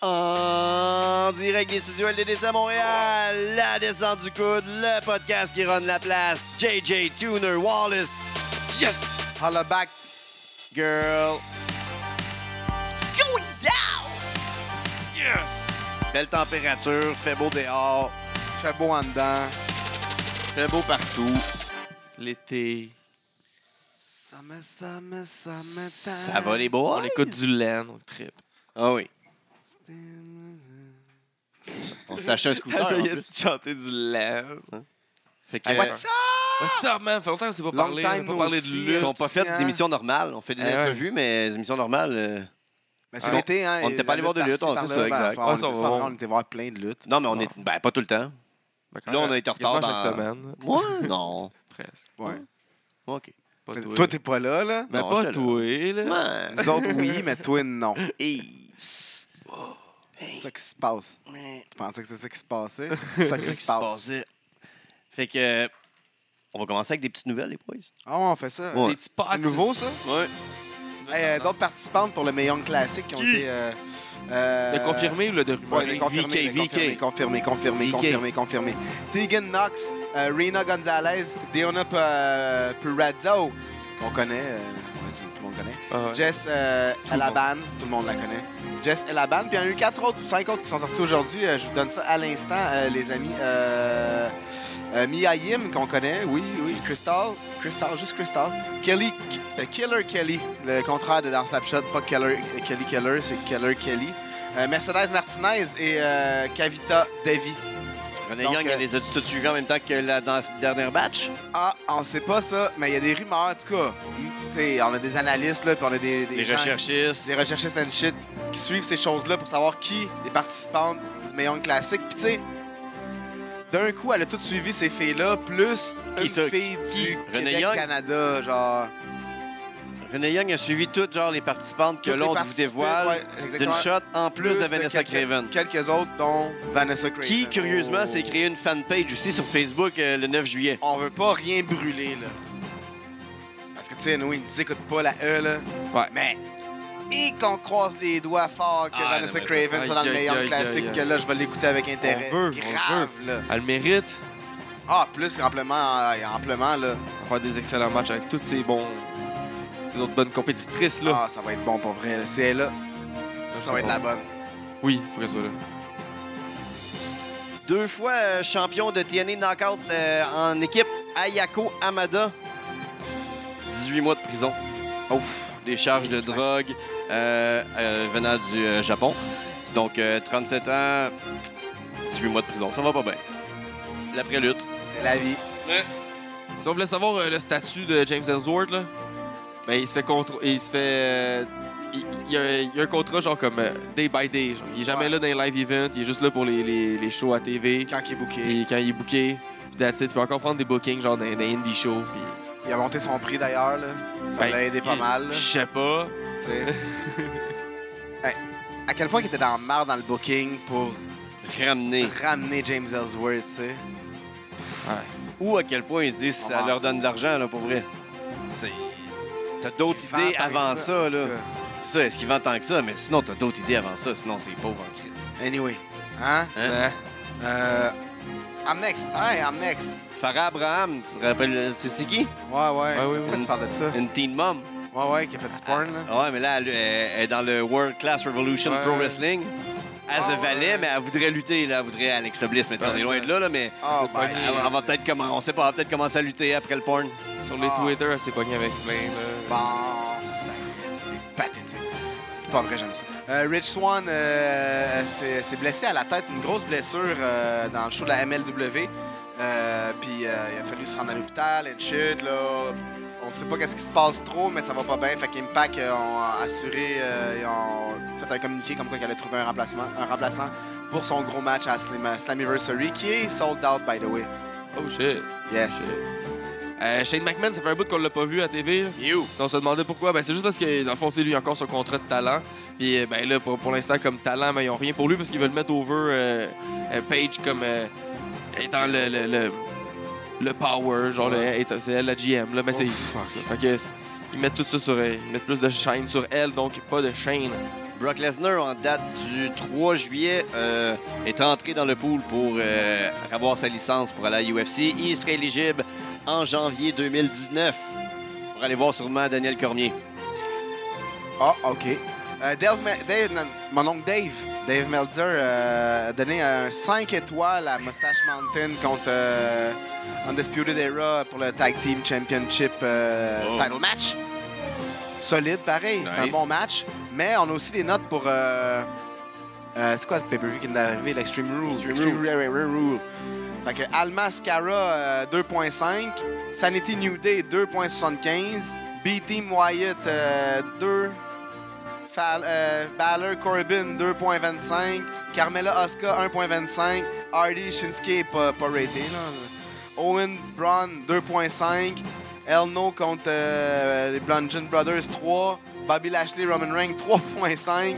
En direct des studios LDDC à Montréal, la descente du coude, le podcast qui run la place, JJ Tuner Wallace. Yes! Ah, Holla back, girl. It's going down! Yes! Belle température, fait beau dehors, Fait beau en dedans. fait beau partout. L'été, Summer, summer, summertime. ça va les boys? On écoute du laine, on trip. Ah oui. On s'est acheté un scooter. en Essayez de plus. chanter du laine. Fait que, Hey, euh, What's up? What's up, man? Fait longtemps qu'on s'est pas Long parlé. On n'a time pas no parlé de see, lutte. hein. on n'a pas fait d'émission normale. On fait des Eh ouais. entrevues, mais des émissions normales. euh, Mais c'est Ah, l'été, hein? on n'était pas allé voir de lutte, on- sait c'est ça, exact. On Ah, était ça, on voir- va voir. on était voir plein de luttes. Non, mais on Non. est. Ben, pas tout le temps. Ben, quand Là, on même. a été en Quasiment retard dans. chaque semaine. Moi? Non. Presque. Ouais. OK. Ah, Pas Mais toi. Toi, t'es pas là, là? Ben, Non, pas j'étais là. toi, là. Man. Nous autres, oui, mais toi, non. Hey. C'est ça qui se passe. Man. Tu pensais que c'est ça qui se passait? C'est ça qui Qu'est-ce qui se se passe. passait? Fait que. euh, On va commencer avec des petites nouvelles, les boys. Ah, ouais, on fait ça. Ouais. Des petits potes. C'est nouveau, ça? Ouais. Hey, euh, D'autres participantes pour le Meillon Classique qui ont Ah, Qui? été. euh, euh, De confirmé ou le de Ouais, rumeur? les confirmés, VK, les confirmés, VK. confirmés, confirmés, VK. confirmés, confirmés. Tegan Knox, euh, Rena Gonzalez, Deonna P- euh, Purazzo, qu'on connaît, euh, ouais, tout tout le monde connaît. Ah ouais. Jess euh, le monde. Elaban, tout le monde la connaît. Jess Elaban, puis il y en a eu quatre autres ou cinq autres qui sont sortis aujourd'hui. Euh, je vous donne ça à l'instant, euh, les amis. Euh, euh, Mia Yim, qu'on connaît, oui, oui. Crystal, Crystal, juste Crystal. Kelly, euh, Killer Kelly, le contraire de dans Snapshot, pas Keller, euh, Kelly Keller, c'est Keller Kelly. Euh, Mercedes Martinez et euh, Kavita Devi. René Donc, Young, euh, elle les a toutes suivies en même temps que la dans ce dernier batch. Ah, on sait pas ça, mais il y a des rumeurs, en tout cas. Hmm, Tu sais, on a des analystes, là, puis on a des, des Les gens- recherchistes. des recherchistes and shit qui suivent ces choses-là pour savoir qui est participante du Meillon Classique. Puis tu sais, d'un coup, elle a tout suivi ces filles-là, plus Qui une ça? fille Qui? du René Young? Québec-Canada, genre... René Young a suivi toutes genre les participantes que toutes les l'on vous participantes, dévoile ouais, d'une exactement. shot en plus de Vanessa quelques- Craven. Quelques autres, dont Vanessa Craven. Qui, curieusement, s'est créé une fanpage aussi sur Facebook euh, le 9 juillet. On veut pas rien brûler, là. Parce que, tu sais, nous, ils nous écoutent pas, la E, là. Ouais. Mais... Et qu'on croise les doigts fort que Ah, Vanessa non, mais ça- Craven soit dans le Aïe, aïe, meilleur aïe, classique, aïe, aïe. que là, je vais l'écouter avec intérêt. veut, on Grave, là. Elle le mérite. Ah, plus amplement, euh, amplement là. On va faire des excellents matchs avec toutes ces bons. Ces autres bonnes compétitrices, là. Ah, ça va être bon pour vrai. là. Si elle est là, ça va être la bonne. Oui, faut qu'elle soit là. Deux fois euh, champion de TNA Knockout euh, en équipe, Ayako Amada. 18 mois de prison. Des charges de drogue euh, euh, venant du euh, Japon. Donc, euh, 37 ans, 18 mois de prison. Ça va pas bien. La prélutte. C'est la vie. Si on voulait savoir euh, le statut de James Ellsworth, là, ben, il se fait contre. Il se fait. euh, il, il y a, il y a un contrat genre comme euh, day by day. genre. Il est jamais Ouais. là dans les live events, il est juste là pour les, les- les shows à TV. Quand il est booké. Et quand il est booké, puis that's it. Il peut encore prendre des bookings genre dans des indie shows. Puis, Il a monté son prix d'ailleurs. là. Ça Ben, l'a aidé pas il- mal. là, Je sais pas. tu sais. Hey, à quel point il était dans le marre dans le booking pour Ramenée. ramener James Ellsworth, tu sais. Ou à quel point ils se disent que ça Ah. leur donne de l'argent, là, pour vrai. C'est- T'as d'autres Vend idées par avant ça, en tout là. cas. C'est ça, est-ce qu'ils vendent tant que ça? Mais sinon, t'as d'autres idées avant ça. Sinon, c'est pauvre en crise. Anyway. Hein? Hein? Euh, I'm next. Hey, I'm next. Farah Abraham, tu te rappelles, euh, c'est c'est qui? Ouais, ouais. Ouais, ouais, Pourquoi ouais. tu parles de ça? Une teen mom. Ah Ouais, ouais, qui a fait du porn, là. Ouais, mais là, elle, elle- elle est dans le World Class Revolution Ouais. Pro Wrestling. Elle Ah, se valait, ouais. mais elle voudrait lutter, là. Elle voudrait Alexa Bliss, mais tu sais, on est loin Ouais, ça- Ah, ben, de là, là, mais... Oh, pas my Elle, grave. Jesus. elle va peut-être commencer, on sait pas, elle va peut-être commencer à lutter après le porn. Sur Ah. les Bah. Twitter, elle s'est pognée avec plein. Là. Bon, ça, ça, c'est pathétique. C'est pas vrai, j'aime ça. Euh, Rich Swan euh, s'est s'est blessé à la tête, une grosse blessure euh, dans le show de la MLW. Euh, Puis euh, il a fallu se rendre à l'hôpital, une chute, là. On sait pas qu'est-ce qui se passe trop, mais ça va pas bien. Fait qu'Impact euh, ont assuré, euh, ils ont fait un communiqué comme quoi qu'elle allait trouver un, remplacement, un remplaçant pour son gros match à Slam- Slammiversary, qui est sold out, by the way. Oh shit. Yes. Euh, Shane McMahon, ça fait un bout qu'on l'a pas vu à TV. là. You! Si on se demandait pourquoi, ben c'est juste parce que dans le fond, c'est lui il a encore son contrat de talent. Puis euh, ben là, pour, pour l'instant, comme talent, ben, ils ont rien pour lui parce qu'ils veulent mettre over euh, euh, Page comme euh, étant le, le, le, le power, genre le- étant- Ben, c'est elle la GM. Là, mais tu sais, Oh, fuck. euh, fait que c'est- ils mettent tout ça sur elle. Ils mettent plus de chaîne sur elle, donc pas de chaîne. Brock Lesnar, en date du 3 juillet, euh, est entré dans le pool pour euh, avoir sa licence pour aller à UFC. Il serait éligible en janvier 2019 pour aller voir sûrement Daniel Cormier. Ah, OK. Euh, Dave, Me- Dave- non, mon oncle Dave, Dave Meltzer, euh, a donné un 5 étoiles à Mustache Mountain contre euh, Undisputed Era pour le Tag Team Championship euh, Oh. title match. Solide, pareil. C'est un Nice. bon match. Mais on a aussi des notes pour... euh, euh, c'est quoi le pay-per-view qui vient d'arriver? L'Extreme Rules. Extreme Rule. Rule. Fait que Almas Cara, euh, 2.5. Sanity New Day, 2.75. B-Team Wyatt, 2. Fal euh, Balor Corbin, 2.25. Carmela Oscar, 1.25. Hardy Shinsuke, pas, pas raté. Là. Owen Braun, 2.5. Elno contre euh, les Bludgeon Brothers, 3. Bobby Lashley, Roman Reigns, 3.5.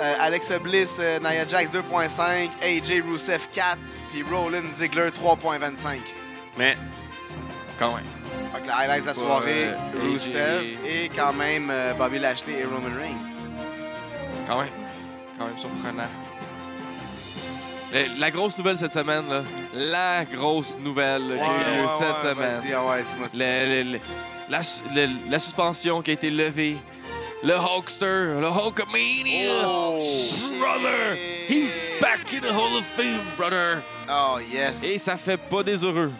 Euh, Alexa Bliss, euh, Nia Jax 2.5, AJ Rusev 4, puis Rollin Ziggler 3.25. Mais Quand même. Donc, le highlight de la Pas, soirée, euh, Rusev AJ. et quand même euh, Bobby Lashley et Roman Reigns. Quand même. Quand même surprenant. Le- La grosse nouvelle cette semaine, là. La grosse nouvelle là, qui a eu lieu cette semaine. vas-y, ah ouais, dis-moi ça. Le- le- le- la, su- le- la suspension qui a été levée. Le Hulkster, le Hulkamania. Oh, shit. brother, He's back in the Hall of Fame, brother. Oh, yes. Et ça fait pas des heureux.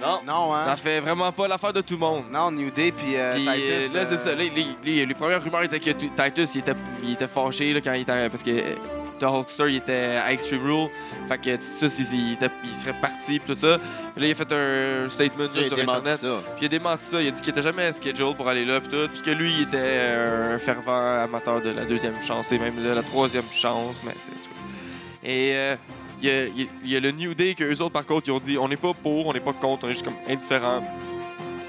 non, Non, hein? Ça fait vraiment pas l'affaire de tout le monde. Non, New Day, puis euh, Puis, euh, Titus. là, euh, c'est ça. Là, il- il- il- les premières rumeurs étaient que tu- Titus, il était, il était fâché là, quand il était. Parce que euh, The Hulkster, il était à Extreme Rule. Fait que Titus, il, il était- il serait parti, puis tout ça. Puis là, il a fait un statement là, j'ai sur démenti Internet. ça. Puis il a démenti ça. Il a dit qu'il était jamais scheduled pour aller là, puis tout. Puis que lui, il était euh, un fervent amateur de la deuxième chance et même de la troisième chance. Mais, tu sais, en tout cas. et euh, il y, a, il y a- il y a le New Day que eux autres, par contre, ils ont dit on n'est pas pour, on n'est pas contre, on est juste comme indifférent.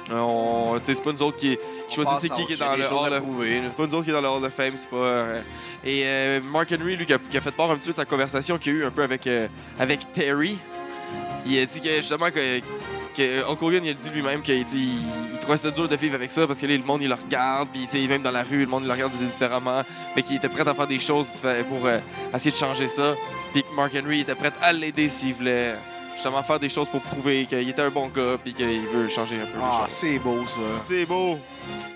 Euh, On, tu sais, c'est pas nous autres qui, qui On choisissent c'est passe qui à qui est autre dans J'ai le des choses Hall à of prouver, là. c'est pas nous autres qui est dans le Hall of Fame, c'est pas. euh, Et euh, Mark Henry, lui, qui a, qui a fait part un petit peu de sa conversation qu'il y a eu un peu avec, euh, avec Terry. Il a dit que justement que, que Hulk Hogan, il a dit lui-même qu'il dit- il, il trouvait ça dur de vivre avec ça parce que là, le monde il le regarde, puis tu sais, même dans la rue, le monde il le regarde différemment, mais qu'il était prêt à faire des choses diffé- pour euh, essayer de changer ça. Puis que Mark Henry était prêt à l'aider s'il voulait justement faire des choses pour prouver qu'il était un bon gars, puis qu'il veut changer un peu Ah, les choses. c'est beau, ça. C'est beau!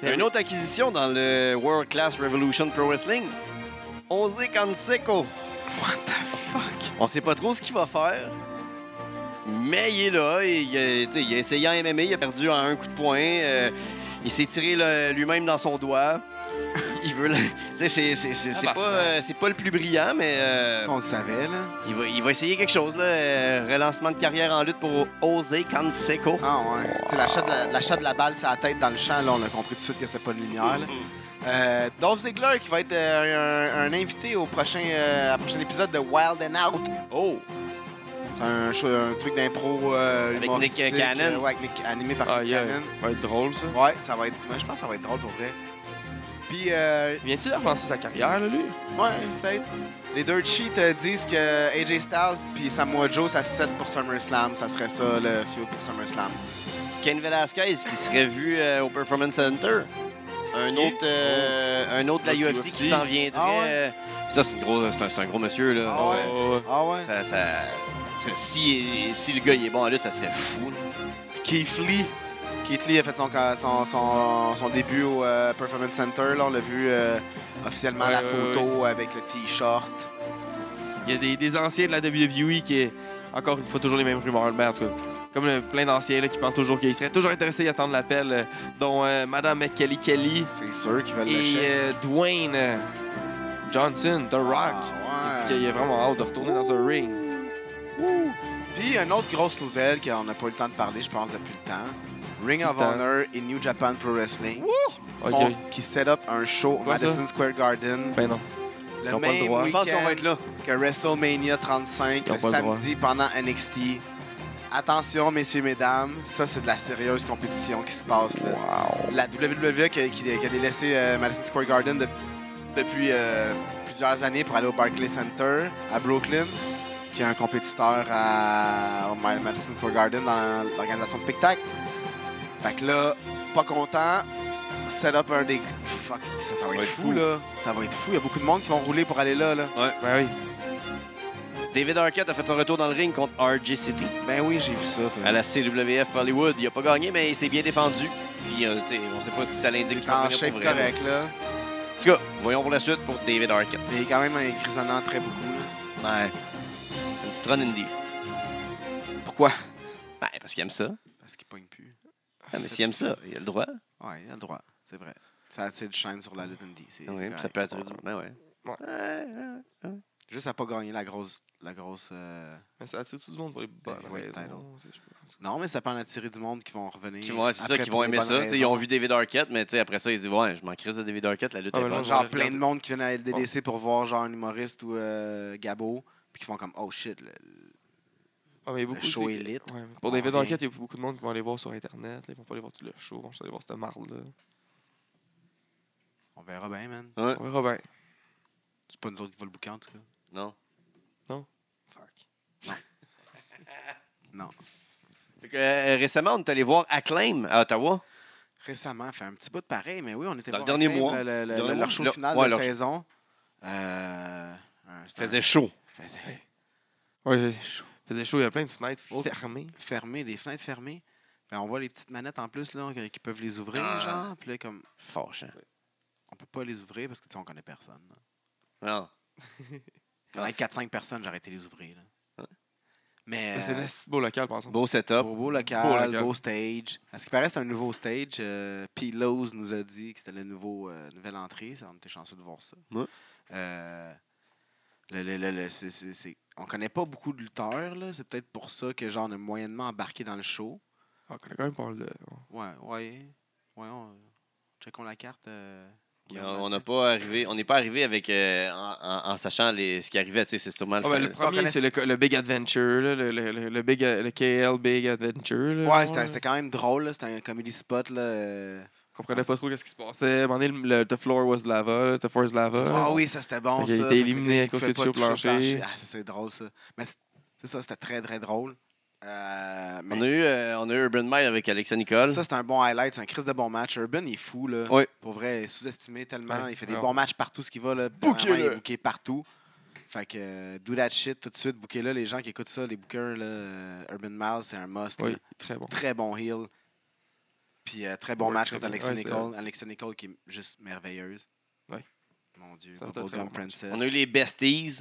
Une autre acquisition dans le World Class Revolution Pro Wrestling, Jose Canseco. What the fuck? On sait pas trop ce qu'il va faire. Mais il est là, et il, a- tu sais, il a essayé en MMA, il a perdu en un coup de poing. euh, il s'est tiré le- lui-même dans son doigt. Il veut. la- tu sais, C'est c'est- c'est- c'est Ah bah. pas, euh, c'est pas le plus brillant, mais euh, Ça, on le savait, là. il, va, il va essayer quelque chose. Là, euh, relancement de carrière en lutte pour Jose Canseco. Ah ouais. Tu sais, l'achat de la- l'achat de la balle sur la tête dans le champ, là, on a compris tout de suite que c'était pas de lumière. Ah, là. Euh, Dolph Ziggler qui va être euh, un, un invité au prochain, euh, à prochain épisode de Wild and Out. Oh! C'est un, show- un truc d'impro euh, Avec humoristique, Nick Cannon. euh, ouais, avec Nick- animé par Aïe, Nick aïe. Cannon. Ça va être drôle ça. Ouais, ça va être. moi, je pense que ça va être drôle pour vrai. Puis, euh, Viens-tu de relancer sa carrière, là, lui? ouais, peut-être. Les Dirt Sheets euh, disent que AJ Styles puis Samoa Joe, ça se set pour SummerSlam. Ça serait ça le fuel pour SummerSlam. Ken Velasquez qui serait vu euh, au Performance Center. Un autre, euh, un autre de la Notre UFC, qui UFC. s'en viendrait. Ah ouais? euh, Ça, c'est une grosse- c'est un, c'est un gros monsieur. là. Ah ouais? Oh, Ah ouais? Ça- ça- parce que si, si le gars il est bon en lutte, ça serait fou. là. Keith Lee. Keith Lee a fait son, son, son, son début au euh, Performance Center. Là, on l'a vu euh, officiellement Ouais, la ouais, photo avec le t-shirt. Il y a des, des anciens de la WWE qui est encore une fois toujours les mêmes rumeurs, mais en tout cas, comme euh, plein d'anciens là, qui pensent toujours qu'ils seraient toujours intéressés à attendre l'appel, euh, dont euh, Madame Kelly Kelly C'est sûr qu'ils veulent et l'acheter. euh, Dwayne euh, Johnson, The Rock. Ah, Il dit ouais. qu'il a vraiment hâte de retourner dans un ring. Puis une autre grosse nouvelle qu'on n'a pas eu le temps de parler, je pense, depuis le temps. Ring of Tout le temps. Honor et New Japan Pro Wrestling Aïe, font- aïe. qui set up un show au Quoi, ça? Madison Square Garden Ben non. le ont pas le même droit. Je pense qu'on va être week-end là. que WrestleMania 35 Ils ont le pas le droit. samedi pendant NXT. Attention, messieurs, mesdames, ça, c'est de la sérieuse compétition qui se passe. Là. Wow. la WWE qui, qui- qui a délaissé euh, Madison Square Garden de- depuis euh, plusieurs années pour aller au Barclays Center à Brooklyn, qui est un compétiteur à, au Ma- Madison Square Garden dans l'organisation de spectacle. Fait que là, pas content, set up un des fuck, ça, ça va être Ouais, fou, fou. là. Ça va être fou. Il y a beaucoup de monde qui vont rouler pour aller là, là. Ben oui. David Arquette a fait son retour dans le ring contre RG City Ben oui, j'ai vu ça, toi. à la CWF Hollywood. Il a pas gagné, mais il s'est bien défendu. Puis, euh, tu sais, on sait pas si ça l'indique qu'il T'es va en revenir pour shape vrai. correct, là. En tout cas, voyons pour la suite pour David Arquette. Mais il est quand même un grisonnant très beaucoup, là. Ouais. Une petite run indie. Pourquoi? Ouais, parce qu'il aime ça. Parce qu'il pogne plus. Ah, mais s'il aime ça, il a le droit. Ouais, il a le droit, c'est vrai. Ça attire du shine sur la lutte indie. c'est- c'est Oui, puis ça correct. peut attirer du ben ouais. Ouais. Ouais, ouais. Juste à pas gagner la grosse. La grosse euh, Mais ça attire tout le monde pour les bonnes Ouais, raisons. title. tu sais, je pense. Ben Non, mais ça peut en attirer du monde qui vont revenir. Qui vont, c'est ça, après qui pour vont des aimer bonnes ça. Tu sais, Ils raisons. ont vu David Arquette, mais tu sais, après ça, ils se disent Ouais, je m'en crise de David Arquette, la lutte Ah, est mais non, bonne. Genre Ouais, plein de regarde. monde qui viennent à LDDC pour voir genre un humoriste ou euh, Gabo. Puis qui font comme Oh shit, le- Ah, mais il y a beaucoup, show c'est- élite. Ah, Ouais, Pour David revient. Enquête, il y a beaucoup de monde qui vont aller voir sur Internet. là, Ils vont pas aller voir tout le show. Ils vont juste aller voir cette marde-là. on verra bien, man. Ouais. On verra bien. C'est pas nous autres qui va le bouquin en tout cas. Non. Fuck. Fait que, euh, récemment, on est allé voir Acclaim à Ottawa. Récemment, fait un petit bout de pareil, mais oui, on était Dans le voir dernier Acclaim, mois. le- le- le- Dernier mois. le- leur show Le- final ouais, de leur- saison. Euh, un- Ça faisait chaud. faisait- Ouais, faisait il chaud. faisait chaud. Il y a plein de fenêtres Oh. fermées. Fermé, des fenêtres fermées. Ben, on voit les petites manettes en plus là, qui peuvent les ouvrir, Ah. genre. Puis là, comme Fâchant. on peut pas les ouvrir parce que tu sais, on connaît personne. là. Non. Quand on avait 4-5 personnes, j'aurais été les ouvrir. là. Ah. Ouais. Mais Euh, Mais C'est un assez beau local, par exemple. Beau setup. Ah, Beau, beau local, Beau beau, local. stage. À ce qui paraît, c'est un nouveau stage. Euh, Puis Lowe's nous a dit que c'était la nouveau, euh, nouvelle entrée. Ça, on était chanceux de voir ça. Ouais. Euh, le- le- le- le- c'est- c'est- c'est- on connaît pas beaucoup de lutteurs. là. C'est peut-être pour ça que genre, on a moyennement embarqué dans le show. Ah, on a quand même pas le. Ouais, ouais. ouais on, checkons la carte. euh, Mais Guillaume. On on n'a pas arrivé, on n'est pas arrivé avec euh, en, en- en sachant les, ce qui arrivait, tu sais, c'est sûrement le Ah, ben, le fait- Ça, on premier, connaît- c'est le, le Big Adventure, là, le, le, le, le big, le KL Big Adventure. là, Ouais, genre, c'était là. c'était quand même drôle. là. C'était un comedy spot. Là. euh. On comprenait pas trop qu'est-ce qui se passait. À un moment donné, le, le The Floor was Lava. là, The Floor is Lava. Ah là. oui, ça c'était bon. Fait qu'il ça. bah a été Fait éliminé à cause il que tu pouvait touches au pas toucher au plancher. Ah, ça c'est drôle ça. Mais c'est c'est ça, c'était très très drôle. Euh, mais On a eu, euh, on a eu Urban Mile avec Alexa Nicole. ça c'est un bon highlight, c'est un crise de bon match. Urban il est fou là. Oui. Pour vrai, il est sous-estimé tellement. Ouais, Il fait des alors. bons matchs partout ce qu'il va là. Bookez-le. Dernièrement, Il est booké partout. Fait que euh, do that shit tout de suite, booker là les gens qui écoutent ça, les bookers là, euh, Urban Miles c'est un must. Oui, là. très bon. Très bon heel. Puis euh, très bon Ouais, match très contre bon. Alexa Ouais, c'est Nicole. Alexa Nicole qui est juste merveilleuse. Ouais. Mon Dieu. Ça va être un très Bubblegum bon match. Princess. On a eu les Besties.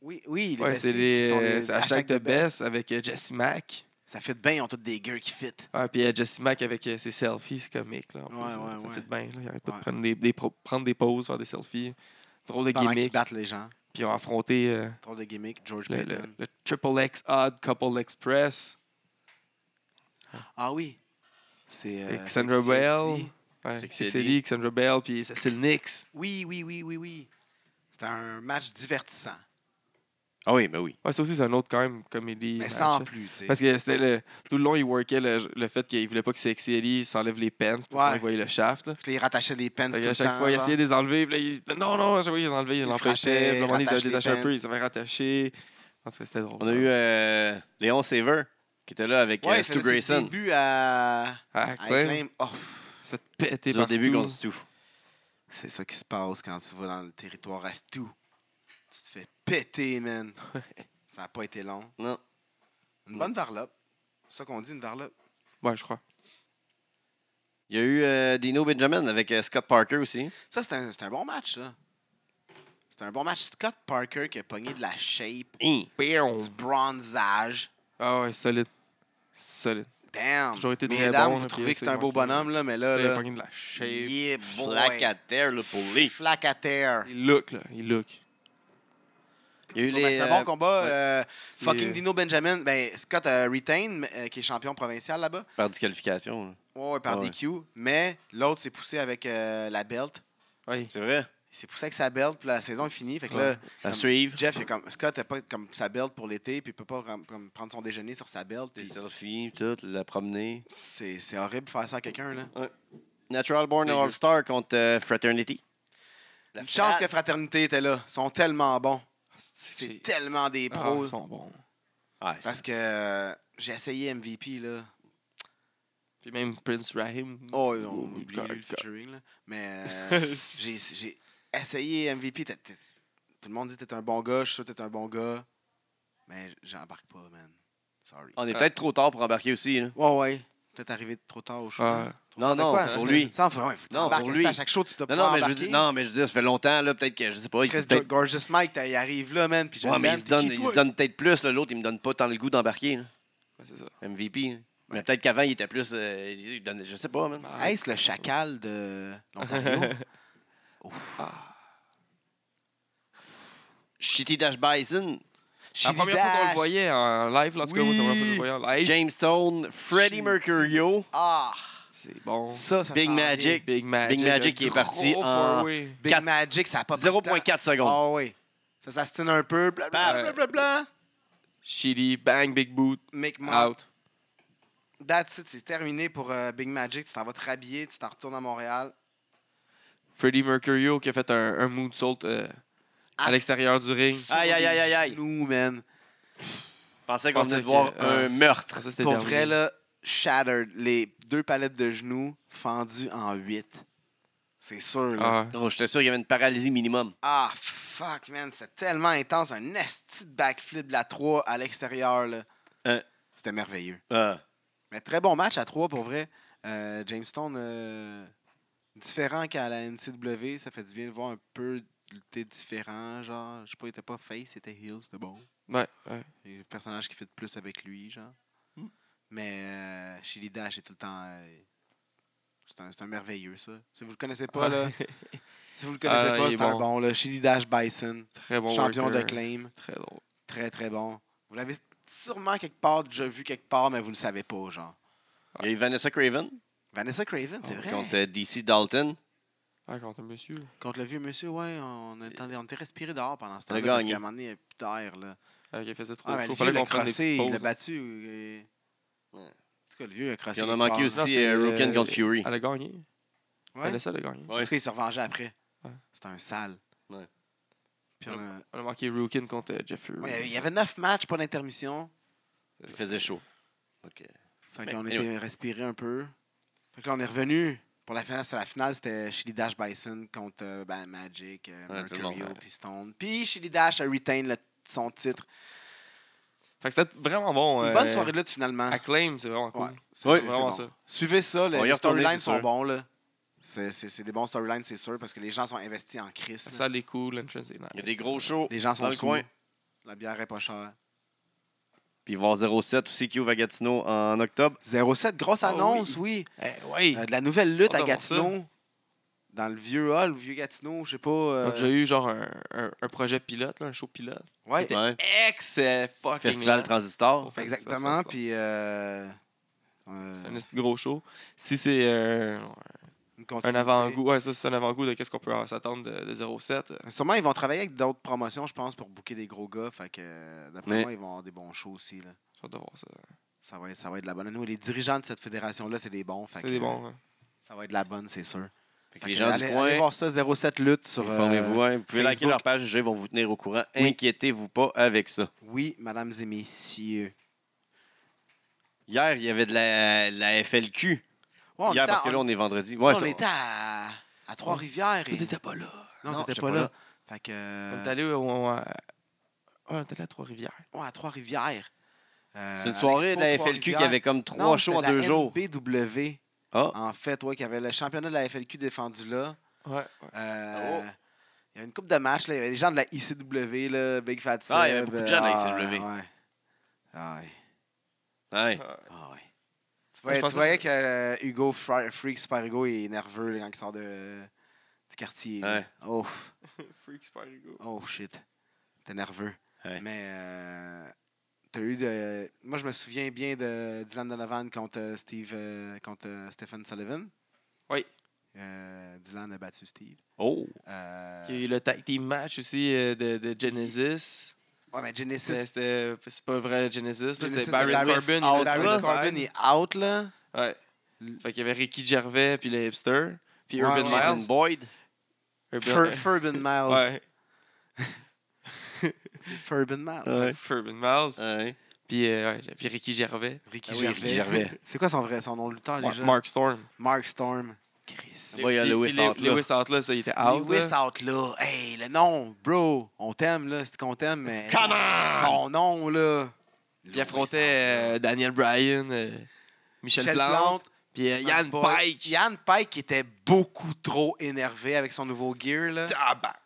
Oui, oui, les Ouais, besties c'est qui les, sont euh, c'est hashtag de The Best avec euh, Jesse Mack. Ça fit bien, ils ont tous des gueux qui fit. Ah, puis euh, Jesse Mack avec euh, ses selfies, c'est comique. Là, en plus, Ouais, là. ouais, ça ouais. fait de bien. Là. Il arrête pas Ouais. de prendre des, des pro- prendre des pauses, faire des selfies. Drôle de Pendant qu'ils gimmick. battent les gens. Puis ils ont affronté euh, Trop de gimmicks, George le, Payton. le- le Triple X Odd Couple Express. Ah oui. C'est. euh, Avec Sandra Sexy Bell. Eddie. Ouais, Sexy Sexy Eddie. Eddie, Sandra Bell, puis Cecil Nix. Oui, oui, oui, oui, oui. C'est un match divertissant, Ah oui, ben oui. Ouais, ça aussi, c'est un autre quand même comédie. mais match, sans là. plus, tu sais. Parce que c'était le, tout le long, il workait le, le fait qu'il voulait pas que Sexy Eddie s'enlève les pants pour Ouais. qu'on voie le shaft. Là. Puis Il rattachait les pens tout Fait le qu'à temps. chaque fois, il genre. essayait de les enlever. Puis là, il... Non, non, à chaque fois, il les enlevait, il Il l'empêchait. Puis à un moment donné, il frappait, les détachait un rattache peu, les il s'avait rattaché. En tout cas, c'était drôle. On a eu euh, Léon Saver qui était là avec Ouais, euh, il Stu faisait ses Grayson. débuts à, à Ah, Acclaim, Acclaim. Oh, pff, se fait péter Au par début tout. contre Stu. c'est ça qui se passe quand tu vas dans le territoire à Stu. Tu te fais péter, man. Ça n'a pas été long. Non. Une bonne varlope. C'est ça qu'on dit, une varlope. Ouais, je crois. Il y a eu euh, Dino Benjamin avec euh, Scott Parker aussi. Ça, c'est un, c'est un bon match, ça. C'est un bon match. Scott Parker qui a pogné de la shape, Hein. Oh. du bronzage. Ah ouais, solide. Solide. Damn! Toujours été très Mesdames, bon, vous là, trouvez puis que c'est un beau c'est moi qui- bonhomme, là, mais là, Il a là... pogné de la shape. Yeah, boy. Flac à terre, là, pour lui. Flac à terre. Il look, là. Il look. Il y a eu So, les, ben, C'est un euh, bon combat. ouais. euh, fucking euh, Dino Benjamin. Ben, Scott euh, retain, euh, qui est champion provincial là-bas. Par disqualification. là. Ouais, ouais, Ah par Ouais. DQ. Mais l'autre s'est poussé avec euh, la belt. Ouais. C'est vrai. Il s'est poussé avec sa belt, puis la saison est finie. Fait que là, Ouais. À Comme- suivre. Jeff, il a comme, Scott n'a pas comme sa belt pour l'été, puis il peut pas comme, comme prendre son déjeuner sur sa belt. Des puis selfies, tout, la promener. C'est c'est horrible de faire ça à quelqu'un. là. Natural Born Les deux. All-Star contre euh, Fraternity. La Une chance frappe. que Fraternité était là. Ils sont tellement bons. C'est j'ai- tellement des Ah, pros. ils sont bons. Ah, Ah. Ouais, Parce que euh, j'ai essayé MVP. là. Puis même Prince Rahim. Oh, on Oui, oublie le correct, correct. featuring, là. Mais euh, j'ai j'ai essayé MVP. t'es- t'es- tout le monde dit que t'es un bon gars, je suis sûr que t'es un bon gars. Mais j'embarque pas, man. Sorry. On est peut-être trop tard pour embarquer aussi. là. Ouais, ouais. Peut-être arrivé trop tard au show. Ah. Trop Non, tard de non, quoi? pour lui. Ça, enfin, ouais, faut que Non, t'embarques, pour c'est lui. À chaque show, tu dois Non, pouvoir non, mais je veux embarquer. dire, non, mais je veux dire, ça fait longtemps, là, peut-être que, je sais pas, il Chris peut-être- Gor- Gorgeous Mike, t'as- il arrive là, man. Puis je Ouais, mais l'aime, il se t'es donne, qui, il toi? se donne peut-être plus. là. L'autre, il me donne pas tant le goût d'embarquer. là. Ouais, c'est ça. MVP. là. Mais peut-être qu'avant, il était plus. euh, il donnait- je sais pas, man. Ah. Est-ce le chacal de l'Ontario? Shitty Dash Bison, La Chili première fois qu'on le Dash. voyait en live, là, en tout cas, moi, c'est la première fois que je le voyais en live. James Stone, Freddie Shitty. Mercurio, Ah! C'est bon. Ça, ça Big s'en vient. Magic. Big Magic. Magic qui est parti en- Big Quatre- Magic, ça a pas pris de temps. 0.4 secondes. Ah oui. Ça s'astine un peu. Paf. Blablabla. Bla, bla. Shitty, bang, big boot, Make my. out. That's it. C'est terminé pour euh, Big Magic. Tu t'en vas te rhabiller, tu t'en retournes à Montréal. Freddie Mercurio qui a fait un, un mood salt euh, à Ah. l'extérieur du ring. Ah. Aïe, aïe, aïe, aïe, aïe. Nous, man. Je pensais ah. qu'on Pensais venait de que- voir euh, un meurtre. Ça, c'était Pour terminé. vrai, là, shattered. Les deux palettes de genoux fendues en huit. C'est sûr, là. Ah, Ah. Gros, Oh, j'étais sûr qu'il y avait une paralysie minimum. fuck, man. C'était tellement intense. Un esti de backflip de la 3 à l'extérieur, là. Hein. C'était merveilleux. Ah. Mais très bon match à 3 pour vrai. Euh, James Stone, euh, différent qu'à la NCW, ça fait du bien de voir un peu lutter différent. Genre, je sais pas, il était pas face, il était heel, c'était bon. Ouais, ouais. Il y a le personnage qui fit plus avec lui, genre. Mm. Mais euh, Chili Dash est tout le temps. euh, c'est un, c'est un merveilleux, ça. Si vous le connaissez pas, Ah. là. Si vous le Ah, connaissez non, pas, il est c'est un bon. bon, là. Chili Dash Bison, Très bon champion worker. de claim. Très drôle. Très, très bon. Vous l'avez sûrement quelque part déjà vu quelque part, mais vous le savez pas, genre. Il y a eu Vanessa Craven Vanessa Craven, c'est Oh, vrai. contre euh, DC Dalton. Ah, quand un monsieur. là, Contre le vieux monsieur, ouais, on était, on était respiré dehors pendant ce Il a temps-là. Parce gagné. qu'à un moment donné, il n'y a plus d'air. Là. euh, qui faisait trop Ah, de mais shows. le vieux l'a prenne des crossé, petites il l'a pauses. battu. et- Ouais. En tout cas, le vieux a crossé. Puis on a quelque manqué part, aussi Non, c'est, euh, Roken euh, contre Fury. Elle a gagné. là. Ouais. Vanessa, elle a gagné. Ouais. En tout cas, il s'est revengé après. Ouais. C'était un sale. Ouais. Puis on a- On a marqué Rookin contre euh, Jeff Fury. Ouais, il y avait- il y avait neuf matchs, pas d'intermission. Il faisait chaud. OK. Fait Mais- qu'on mais était respiré un peu. Fait que là, on est revenu. Pour la finale, c'était la finale, c'était Chili Dash Bison contre euh, ben, Magic, euh, Ouais, tout le monde, Mercurio, ouais. puis Stone. Puis Chili Dash a retain le- son titre. Fait que c'était vraiment bon. Une euh, bonne soirée de lutte, finalement. Acclaim, c'est vraiment cool. Ouais, c'est- Oui, c'est- c'est c'est vraiment bon. ça. Suivez ça, On les, va y les retourner, storylines c'est sont sûr. bons. là. C'est- C'est c'est des bons storylines, c'est sûr, parce que les gens sont investis en Christ. La là. salle est cool, l'entrance est nice. Il y a des gros shows. Les gens sont Dans le sous. coin. La bière est pas chère. Puis il va y avoir 07 aussi, Q Vagatino en octobre. 07, grosse Ah annonce, oui. Eh, ouais. Euh, de la nouvelle lutte Hâte à d'avoir ça. Gatineau. Dans le vieux hall, le vieux Gatineau, je sais pas. euh, Donc, Ah, j'ai eu genre un, un, un projet pilote, là, un show pilote. ouais, Ouais. Excellent. Fucking Festival énorme. Transistor. Fait que ça, exactement. ça, ça. Puis. euh, euh, C'est un esti de gros show. Si c'est euh, une un continuité. avant-goût, ouais, ça, c'est un avant-goût de qu'est-ce qu'on peut euh, s'attendre de, de 07. euh, Sûrement, ils vont travailler avec d'autres promotions, je pense, pour booker des gros gars. Fait que, euh, d'après Mais- moi, ils vont avoir des bons shows aussi. Là. J'ai hâte de voir ça. Ça, va être, ça va être de la bonne. Nous, les dirigeants de cette fédération-là, c'est des bons. Fait C'est que, des euh, bons. hein. Ça va être de la bonne, c'est sûr. Fait que Fait les que gens allez- du allez coin, voir ça, 07 lutte sur. euh, informez-vous. hein. Vous pouvez liker Facebook. leur page, ils vont vous tenir au courant. Oui. Inquiétez-vous pas avec ça. oui, mesdames et messieurs. Hier, il y avait de la, de la FLQ. Ouais, on Hier, était parce que à- là, on est vendredi. on Ouais, ça- était à, à Trois-Rivières. Et... pas là. Non, Non, t'étais j'étais pas, pas là. là. Fait que. On euh, est allé au. au- à- Ouais, on est allé à Trois-Rivières. ouais, à Trois-Rivières. Euh, C'est une à soirée de la l'Expo FLQ qui Trois-Rivières. avait comme Non, trois shows en c'était deux la jours. BW, Ah, en fait, ouais, qui avait le championnat de la FLQ défendu là. Ouais. Euh, Ah, oh. Il y a une coupe de matchs, là. Il y avait les gens de la ICW, là, Big Fat Seb. Ah, il y avait beaucoup de gens de la euh, ICW. ah, ouais. Ah, ouais. ouais. Ah, ouais. Tu Ouais, je voyais, tu pensais voyais que- que euh, Hugo, Fri- Freak Super Hugo, il est nerveux là, quand il sort de, du quartier. là. Ouais. Oh, Freak Spider-Go. oh shit. T'es nerveux. Ouais. Mais euh, t'as eu de. Moi, je me souviens bien de Dylan Donovan contre euh, Steve euh, contre euh, Stephen Sullivan. Oui. Euh, Dylan a battu Steve. Oh, Euh, Il y a eu le tag team match aussi euh, de, de Genesis. Ouais, mais Genesis, Mais C'était c'est pas vrai Genesis, là, Genesis, c'était Baron Baron- Corbin. Ah, il Baron était sur le side. Corbin est out, là. Ouais. Fait qu'il y avait Ricky Gervais puis le hipster, puis Ouais, Urban ouais. Jason Miles. Boyd. Urban- Fur- Furban Miles. Ouais. C'est Furban Miles. Ouais. Ah. Urban Miles. Ouais. Puis, euh, ouais, puis Ricky Gervais. Ricky, Ah oui, Gervais. Ricky Gervais. C'est quoi son vrai son nom de lutteur Mar- déjà? Mark Storm. Mark Storm. Chris. Moi, il y a Puis- Lewis puis Le- Outlaw. Lewis Outlaw, ça, il était out. Lewis là. Outlaw. Hey, le nom, bro. On t'aime, là. C'est qu'on t'aime, mais. Come on! Ton nom, là. Puis il affrontait euh, Daniel Bryan, euh, Michel, Michel Plante, Plante. puis euh, Yann Boy. Pike. Yann Pike qui était beaucoup trop énervé avec son nouveau gear, là.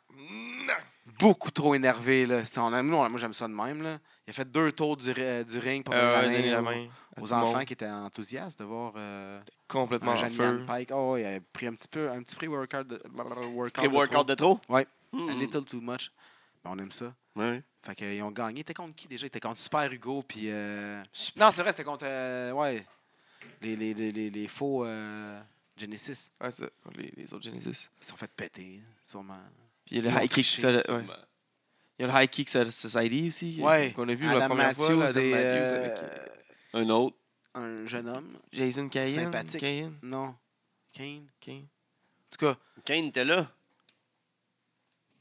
Tabarnak! Beaucoup trop énervé, là. C'était- on a- nous, on- moi, j'aime ça de même, là. Il a fait deux tours du, ri- du ring pour Euh, donner donner la la main main à aux, tout aux le monde. enfants qui étaient enthousiastes de voir euh, Complètement un en jeune feu. Yann Pike. Oh, il a pris un petit peu, un petit free workout de, workout Pré de workout de trop? Ouais. Hmm. trop. A little too much. Ben, on aime ça. Ouais. Fait qu'ils ont gagné. C'était contre qui déjà? C'était contre Super Hugo, puis... euh, Non, c'est vrai, c'était contre... euh, Ouais, les, les, les, les, les faux euh, Genesis. Ouais, c'est contre les, les autres Genesis. Ils se sont fait péter, sûrement. Puis Ils le ont Oh, High Kick triché, Sol- c'est- ouais. Il y a le High Kick Sol- Society aussi, euh, Ouais, qu'on a vu la Adam première Matthews fois. là, Adam et, Matthews euh, avec euh, Un autre. un jeune homme. Jason Kane. sympathique. Ben, Kane, Non. Kane. Kane. En tout cas, Kane était là.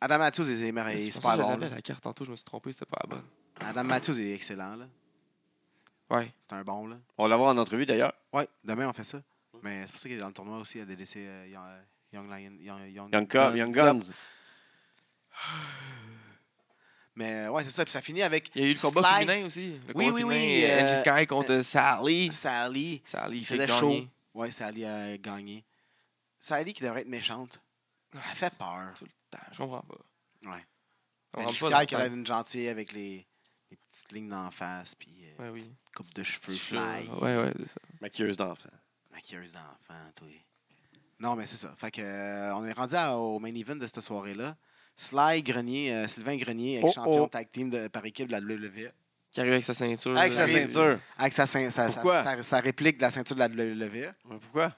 Adam Matthews il est, merveilleux, il est C'est pour ça super que bon. j'avais là. la carte tantôt, je me suis trompé, c'était pas la bonne. Adam Matthews il est excellent. là. Ouais. C'est un bon. là. On va l'avoir en entrevue d'ailleurs. Ouais, demain on fait ça. Mm. Mais c'est pour ça qu'il est dans le tournoi aussi à DDC euh, Young, euh, Young Lion. Young, Young- Young, Co- Guns Young Cup. Guns. Mais euh, ouais, c'est ça. Puis ça finit avec Il y a eu le combat Sly, féminin aussi. Le Oui, combat oui, oui, féminin, euh, euh, Angie Sky contre Sally. Sally. Sally il fait faisait gagner. Ouais, Sally a gagné. Sally qui devrait être méchante. Elle fait peur. Tout le temps, je comprends pas. Ouais. Je Mais comprends Sky pas, qui a dans le l'air d'une gentille avec les, les petites lignes d'en face. Puis euh, temps. Ouais, oui. coupe de cheveux Petit fly. cheveu, Ouais, ouais, c'est ça. Maquilleuse d'enfants. Maquilleuse d'enfant, toi. Non, mais c'est ça. Fait que, euh, on est rendu à- au main event de cette soirée-là. Sly Grenier, euh, Sylvain Grenier, ex-champion oh. tag team de, par équipe de la WWE. Qui arrive avec sa ceinture. Avec sa euh, ceinture. Avec sa, cein- sa- sa- Pourquoi? sa- sa réplique de la ceinture de la WWE. Pourquoi?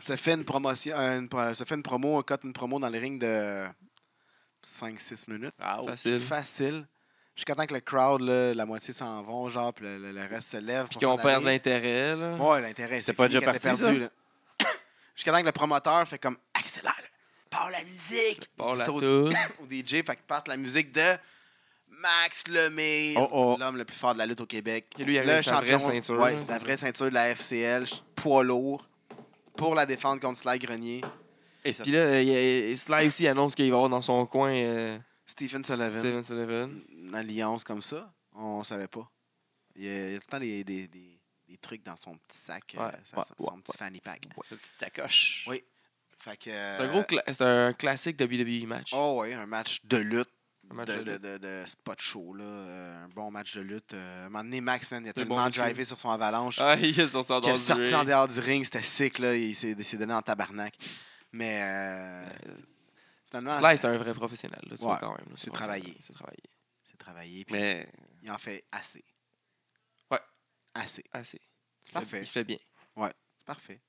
Se fait une promotion, euh, une pro- se fait une promo, cote une promo dans les rings de 5-6 minutes. Ah, oh. Facile. Facile. Jusqu'à temps que le crowd, là, la moitié s'en vont, genre, puis le, le- le reste se lève. Puis pour qu'on s'en perd aller. l'intérêt, là. Ouais, l'intérêt, C'était c'est pas fini déjà qu'elle était parti, perdue, là. Jusqu'à temps que le promoteur fait comme accélère, parle la musique. Bon, Il la saute toune. au DJ, fait qu'il parte la musique de Max Lemay, Oh, oh. l'homme le plus fort de la lutte au Québec. Et lui, il arrive avec sa vraie ceinture, Ouais, là. c'est la vraie ceinture de la FCL, ch- poids lourd, pour la défendre contre Sly Grenier. Et ça. Puis là, il y a- euh, Sly aussi annonce qu'il va avoir dans son coin euh, Stephen Sullivan, Steven Sullivan. une alliance comme ça, on savait pas. Il y a, il y a tout le temps des, des- des- des trucs dans son petit sac, euh, Ouais, son, ouais, son ouais, petit fanny pack. Sa petite sacoche. Oui. Fait que, C'est un gros euh, cla- c'est un classique WWE E match. Oh oui, un match de lutte. Un match de, de de, lutte. de, de spot show, là. euh, un bon match de lutte. Euh, à un moment donné, Max, man, il a Des tellement bons drivé messieurs. sur son avalanche Ah, il est sorti en qu'il dehors a du sorti ring. en dehors du ring. C'était sick, là. Il s'est il s'est donné en tabarnak. Mais euh, Euh, finalement, Sly, c'est un vrai professionnel, là, tu Ouais. vois quand même. là, C'est vrai, travaillé. C'est travaillé. c'est travaillé. Puis Mais Il en fait assez. Ouais. Assez. Assez. C'est parfait. Il se fait bien. C'est parfait.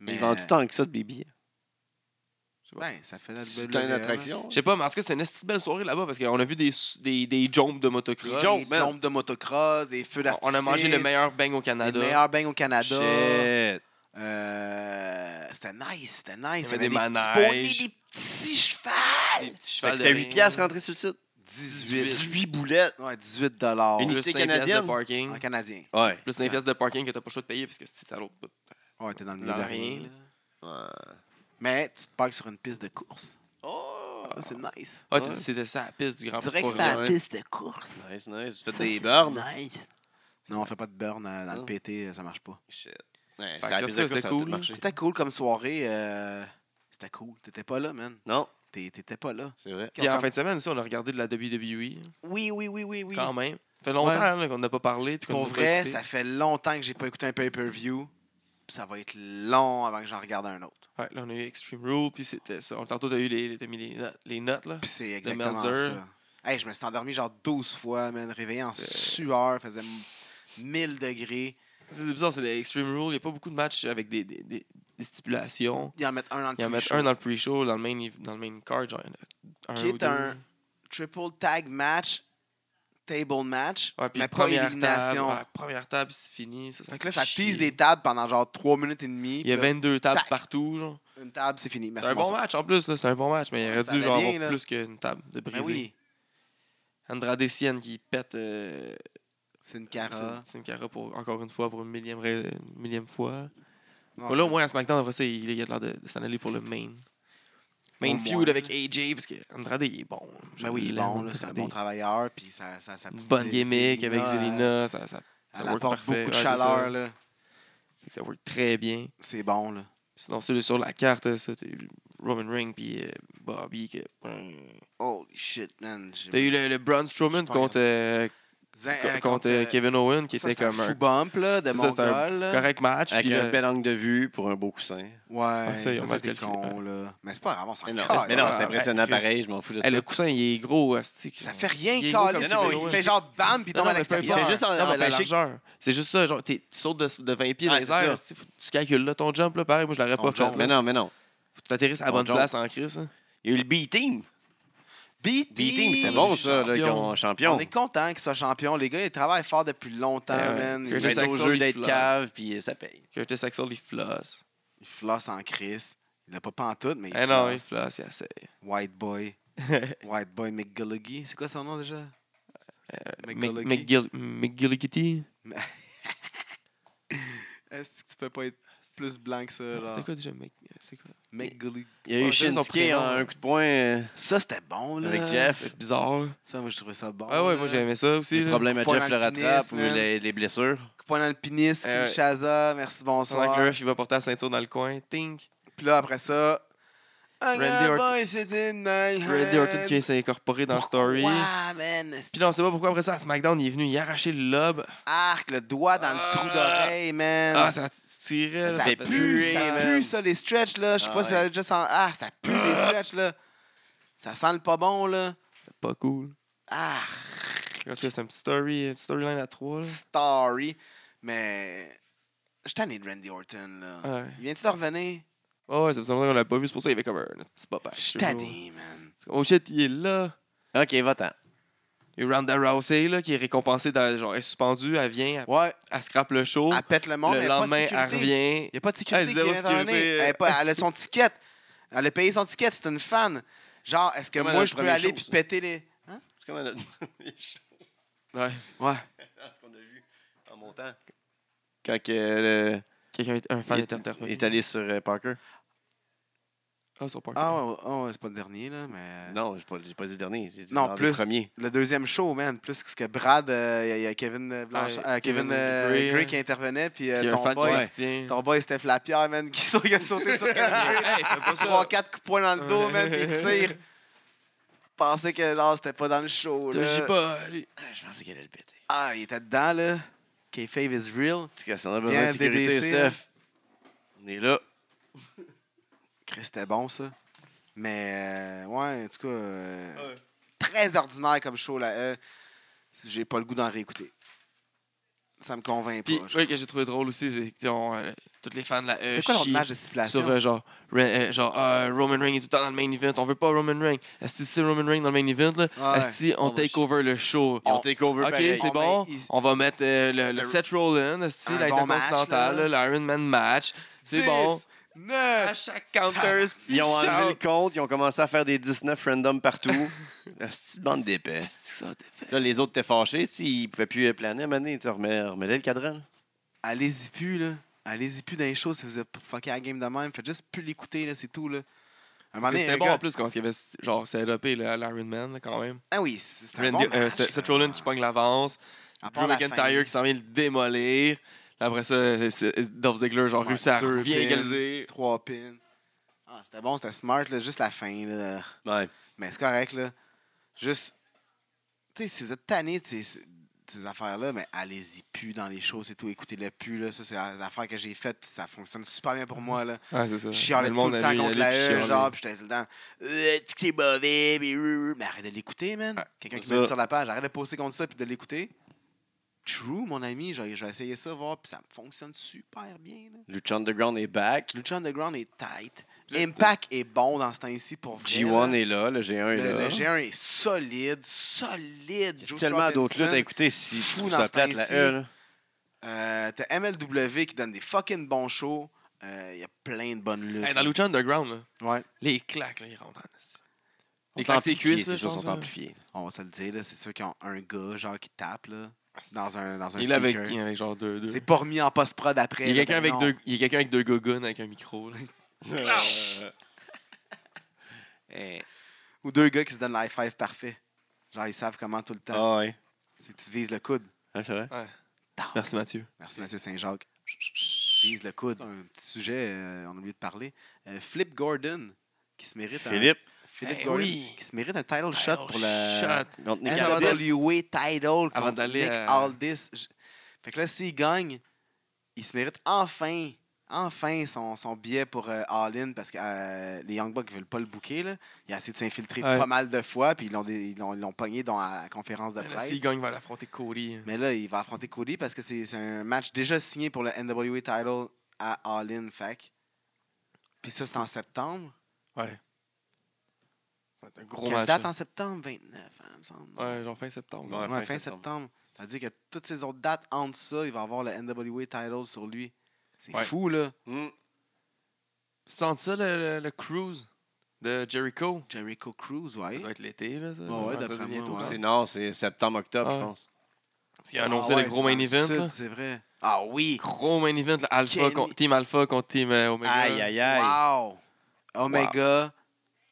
il vend du temps que ça de bébé. Ben, ça fait la C'est WWE, une là. attraction. Je sais pas, mais en tout cas, c'était une esti de belle soirée là-bas parce qu'on a vu des, s- des, des jompes de Des motocross. Jump, man. jumps de motocross, des feux d'artifice. On a mangé le meilleur bang au Les Canada. meilleurs bangs au Canada. Shit. Euh, c'était nice, c'était nice. Il y avait des petits manèges. ponies, des petits chevals. Des Fait petits chevals que de t'as ring. 8 piastres rentré sur le site. 18. boulettes. Ouais, 18 dollars Une- Plus Unité 5 piastres canadienne. de parking. en canadien. Ouais. Plus 5 piastres de parking que t'as pas le choix de payer parce que c'est à l'autre bout. Ouais, t'es dans le milieu Dans de rien. rien. là. Mais tu te parques sur une piste de course. Oh! Ça, c'est nice. Ah, Ouais. tu c'était ça la piste du Grand Je Prix. dirais que de c'est Trois-Rivières. la ouais. piste de course. Ah, Nice, nice. Tu fais Ça, des c'est burns. nice. Non, on fait pas de burn euh, dans le Ah. Non. PT, euh, ça marche pas. Shit. Ouais, Fait ça a que plus ça, de c'est ça a tout cool. marché. C'était cool comme soirée. euh, C'était cool. T'étais pas là, man. Non, T'es- T'étais pas là. c'est vrai. Puis en fin de semaine aussi, on a regardé de la WWE. Oui, oui, oui, oui, oui. Quand même. Ça fait longtemps là, qu'on n'a pas parlé. Puis qu'on Pour n'a pas vrai, écouté. ça fait longtemps que j'ai pas écouté un pay-per-view. Puis Ça va être long avant que j'en regarde un autre. Ouais, là, on a eu Extreme Rule, puis c'était ça. On- Tantôt, t'as eu les, t'as mis les, notes, les notes, là. Puis c'est exactement Meltzer. ça. Hey, je me suis endormi genre 12 fois, man, réveillé en C'est- sueur, faisait m- 1000 degrés. C'est c'est bizarre, c'est les Extreme Rule. Il n'y a pas beaucoup de matchs avec des, des, des- des stipulations. Ils en mettent un dans le Il y en a pre-show. un dans le pre-show, dans le main, ev- dans le main card. Genre, un Qui ou est deux. un- Triple tag match, table match, Ouais, puis mais pas première élimination. Table, ouais, première table, c'est fini. Ça, ça Fait que là, ça chier. tease des tables pendant genre 3 minutes et demie. Il y a puis là, 22 tables Tac. partout. genre. Une table, c'est fini. C'est Merci, un bon bonsoir. match en plus, là, c'est un bon match, mais il Ouais, aurait ça dû allait en bien, avoir là. plus qu'une table de Ben brisée. oui. Andrade Sienne qui pète euh, C'est une cara. C'est- C'est une cara pour, encore une fois, pour une millième, rai- une millième fois. Non, Bon, là, au moins, à SmackDown, après ça, il il a l'air de, de s'en aller pour le main. Main Au feud moins. avec AJ, parce que Andrade, il est bon. Ben oui, il est bon, là, c'est un Andrade. bon travailleur, puis sa, sa, sa Une petite bonne gimmick avec Zelina, Zelina, ça, ça, ça Elle work apporte parfait. beaucoup de Ouais, c'est ça. chaleur, là. Fait que ça work très bien. C'est bon, là. Sinon, celui sur la carte, ça, t'as eu Roman Reigns puis euh, Bobby. Que... Holy shit, man. j'ai- T'as eu le, le Braun Strowman J'ai pas contre, euh, Zin- co- euh, contre euh, euh, Kevin Owen, qui ça, était c'était comme un un fou bump, là, de C'est ça, c'était un Mongol, là. correct match. Avec puis euh, un là- bel angle de vue pour un beau coussin. Ouais, Ouais, Ah, ça, ils ça, ont ça, mal t'es calculé, con, là. Mais c'est pas grave, on s'en Mais non, calme. mais non, c'est ouais, impressionnant ouais, pareil, je m'en fous de ça. Hey, le coussin, il est gros, Asti. Ça fait rien, Il est gros Carlis. comme ça, Il ouais. fait genre bam, puis il Non, tombe à non, mais c'est pas- l'extérieur. fait juste en Non, mais la lâcher- largeur. C'est juste ça. Genre, t'es- tu sautes de, de 20 pieds Ah, dans les c'est airs. ça. asti, faut- Tu calcules là ton jump, là, pareil. Moi, je l'aurais Ton pas fait. jump, là. Mais non, mais non. Faut que t'atterrisses à la Ton bonne jump. place en crise. hein. Il y a eu le B-Team. Beat B-Team, c'est bon ça, là, champion. qu'on champion. On est content qu'il soit champion. Les gars, ils travaillent fort depuis longtemps, Eh ouais. man. Que Il est Ils, j'essaie- au Jackson, jeu il d'être fly. cave, puis ça paye. Curtis Axel, il flosse. ils flossent en crise. Il l'a pas pantoute, mais il Eh non, il flosse. flosse, il essaye. White Boy. White Boy McGilligy. C'est quoi son nom Euh, déjà? McGilligy. McGilligity. Est-ce que tu peux pas être plus blanc que ça? C'était Genre? quoi déjà Mc- c'est quoi? McGilligy. Il y a Ouais, eu j'aime son Shinsuke en prénom. un coup de poing euh, Ça, c'était bon, là. avec Jeff. C'est bizarre. là. Ça, moi, je trouvais ça bon. Ah ouais, moi j'aimais. j'aimais ça aussi. Les là. problèmes à point Jeff le dans le pénis, rattrape ou man. les, les blessures. Point dans le pénis, Eh ouais. Kinshasa, merci, Pendant bonsoir. que le rush, il va porter la ceinture dans le coin. Tink. Puis là, après ça. Randy Orton- Randy Orton qui s'est incorporé dans Story. Ouais, man. Puis là, on sait pas pourquoi après ça, à SmackDown, il est venu y arracher le lobe. Arc, le doigt dans le trou Ah. d'oreille, man. Ah, ça tirait. là, Ça fait pue, puer, ça man. pue, ça, les stretches, là. Je sais Ah pas si ça déjà sent. Ah, ça pue, les stretches, là. Ça sent le pas bon, là. C'était pas cool. Ah, Parce que C'est un petit story, une petite storyline à trois. là. story. Mais. Je suis tanné de Randy Orton, là. Ouais. Il vient-tu de revenir? Ah ouais, ça me semble qu'on l'a pas vu. C'est pour ça qu'il y avait comme un petit pop Je suis tanné, man. Oh shit, il est là. Ok, va-t'en. Et Ronda Rousey, là, qui est récompensée, dans, genre, elle est suspendue, elle vient, elle, Ouais, elle scrape le show. Ah, elle pète le monde, Le mais pas de lendemain, elle sécurité. revient. Il n'y a pas de sécurité. Ah, qui zéro vient d'en sécurité, venir. euh. Elle, est pas- elle a son ticket. Elle a payé son ticket. C'est une fan. Genre, est-ce que Comme à moi, notre je peux premier aller show, puis ça. péter les. Hein? C'est comme un autre premier show. Ouais. Ouais. ce qu'on a vu en montant. Quand que, euh, Quelqu'un, est- un fan il est il interpellé. est allé sur euh, Parker. Ah, son parcours. Ah, ouais, ouais, ouais, c'est pas le dernier, là, mais. Non, j'ai pas, j'ai pas dit le dernier. J'ai dit Non, dans plus. le premier. Le deuxième show, man, plus que Brad, euh, il y a- il y, a Kevin, Blanche, Ouais, euh, Kevin Kevin euh, Gray, Gray hein. qui intervenait, puis Puis euh, il y a un ton, fan boy, qui ouais. retient. ton boy, Steph Lapierre, man, qui saute- il a sauté sur Kevin Gray. Hey, fais pas ça. 3-4 coups de poing dans le dos, man, puis il tire. Je pensais que là, c'était pas dans le show, Te là. gis pas. allez. Ah, je pensais qu'elle allait le péter. Ah, il était dedans, là. K-Fave is real. En tout cas, si on a besoin Viens, de sécurité, DDC, là. Steph. On est là. Chris, C'était bon, ça. Mais, euh, ouais, en tout cas, euh, très ordinaire comme show, là. Euh, J'ai pas le goût d'en réécouter. Ça me convainc Puis, pas. je- ouais, que j'ai trouvé drôle aussi, c'est que, on, euh, tous les fans de la E. C'est quoi leur chient match de stipulation? Sur euh, genre, Re- euh, genre ah, Roman Reigns est tout le temps dans le main event. On veut pas Roman Reigns. Est-ce que c'est Roman Reigns dans le main event? Là? Ouais. ben, Est-ce qu'on On va take over le show? Et on On- take over Ok, pareil. c'est On bon. met- il- On va mettre euh, le, le Le- Seth Rollins, esti, Un bon l'intercontinental, match, là, l'Iron Man match. C'est 10, bon. À 9, chaque counter, esti, Ils ont enlevé le shout. compte, ils ont commencé à faire des 19 random partout. La petite bande d'épais. Là, les autres étaient fâchés. S'ils pouvaient plus euh, planer à un moment donné, tu remets, remets-les le cadran. Allez-y plus, là. Allez-y plus dans les shows si vous êtes pour fucker la game de même. Faites juste plus l'écouter, là, c'est tout, là. Un moment Parce que donné, C'était un bon gars- en plus quand il y avait genre c'est dopé l'Iron Man là, quand même. Ah oui, c'est c'est un Randy- bon euh, match, Seth Seth là. Rollins qui pogne l'avance. À part Drew la fin. McIntyre qui s'en vient le démolir. Là, Après ça, c'est- euh, Dolph Ziggler genre Smart. réussit à Deux bien pins. égaliser. Trois pins. Ah, c'était bon, c'était smart, là. Juste la fin, là. Ouais. Mais c'est correct, là. Juste. Tu sais, si vous êtes tanné de ces, ces affaires-là, mais allez-y plus dans les choses et tout. Écoutez-le plus, là. Ça, c'est l'affaire que j'ai faite, puis ça fonctionne super bien pour Mm-hmm. moi, là. Ouais, c'est ça. Je chialais tout le temps allait- contre allait la puis E, chialer. genre, puis j'étais tout le temps. Euh, tu- C'est mauvais, mais. euh, Mais arrête de l'écouter, man. Ouais, Quelqu'un qui ça. me dit sur la page, arrête de poster contre ça, puis de l'écouter. True, mon ami, genre, je vais essayer ça, voir, puis ça fonctionne super bien, là. Lucha Underground est back. Lucha Underground est tight. Le- Impact est bon dans ce temps-ci pour vrai. G1 là. est là, le G1 est Le, là. le G1 est solide, solide. Il y a Joe tellement d'autres Robinson. luttes à écouter si tu fou trouves dans ça ce plate, la temps-ci. E. là. Euh, T'as MLW qui donne des fucking bons shows. Il y a plein de bonnes luttes. Hey, dans Lucha Underground, là, Ouais, les claques, là, ils rentrent en esti. Ils sont Les claques, c'est amplifiés, cuisses, là, hein. ces je choses pense, hein. sont là. amplifiées. on va se le dire, là, c'est sûr qu'ils ont un gars genre qui tape. là. dans un, dans un Il est avec, speaker. il est avec genre deux. deux. C'est pas remis en post-prod après. Il y a là, quelqu'un ben avec non. deux, il y a quelqu'un avec deux gogoons avec un micro. là. Eh, Ou deux gars qui se donnent l'high five parfait. Genre, ils savent comment tout le temps. Ah ouais. C'est que tu vises le coude. Ah, c'est vrai. Merci Mathieu. Merci, Mathieu Saint-Jacques. Vise le coude. Un petit sujet, euh, on a oublié de parler. Euh, Flip Gordon, qui se mérite Philippe, un... Philippe Eh Gordon, oui. qui se mérite un title shot pour la Shot. Hein, contre Hein, Nick avant d'aller- Aldis. NWA title Avant contre d'aller euh, Nick à- Aldis. Je- Fait que là, s'il gagne, il se mérite enfin, enfin son, son billet pour euh, All In parce que euh, les Young Bucks veulent pas le bouquer. Là. Il a essayé de s'infiltrer Ouais. pas mal de fois, puis ils l'ont dé- ils l'ont ils l'ont pogné dans la conférence de Là, presse. S'il gagne, il va l'affronter Cody. Mais là, il va affronter Cody parce que c'est c'est un match déjà signé pour le NWA title à All In Fac. Puis ça, c'est en septembre. Ouais. Ça va être un gros Quelle match. date là. en septembre? 29, hein, il me semble. Ouais, genre fin septembre. Ouais. Ouais, fin, septembre. Ça veut dire que toutes ces autres dates, entre ça, il va avoir le NWA title sur lui. C'est Ouais. fou, là. Hmm. C'est entre ça le, le- le cruise de Jericho. Jericho Cruz, Ça ouais. doit être l'été, là. Ça. Ouais, ouais, ça doit d'après être moi, bientôt, ouais. ça. C'est non, c'est septembre-octobre, Ah je ouais. pense. Parce qu'il a annoncé Ah ouais, le gros c'est main dans le event. sud, là. C'est vrai. Ah oui! Gros main event, là. Alpha Kenny- contre Team Alpha contre Team euh, Omega. Aïe, aïe, aïe. Wow! Omega.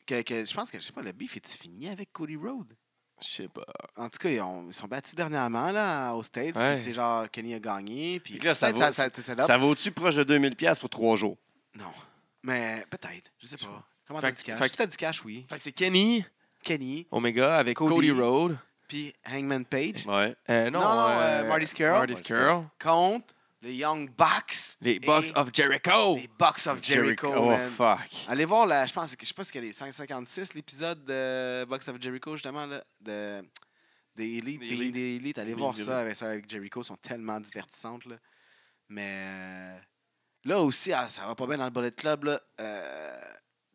Que, que- je pense que, je sais pas, le beef est-tu fini avec Cody Rhodes? Je sais pas. En tout cas, ils, ont- ils sont battus dernièrement, là, aux States. Ouais. Puis, tu sais, genre, Kenny a gagné. Puis, Fait que là, ça peut-être vaut- ça dope. Ça vaut-tu proche de 2000$ piastres pour trois jours? Non. Mais peut-être. Je sais Je sais pas. Comment Fait t'as que- du cash? fait Si t'as du cash, oui. Fait que c'est Kenny Kenny, Omega avec Cody, Cody. Road. puis Hangman Page Ouais. Euh, non, Non, non, euh, euh, Marty Scurll. Marty Scurll. contre les Young Bucks. Les Et- Bucks of Jericho. Les Bucks of Jericho, Oh, man. fuck. Allez voir, là, je pense que je sais pas ce qu'il y a, les 556, l'épisode de Bucks of Jericho, justement, là, de, des Elite, Des Pays Elite. des Elite. Allez Des voir Elite. ça avec, ça avec Jericho, ils sont tellement divertissantes. Là. Mais euh, là aussi, ah, ça va pas bien dans le Bullet Club. Là. Euh,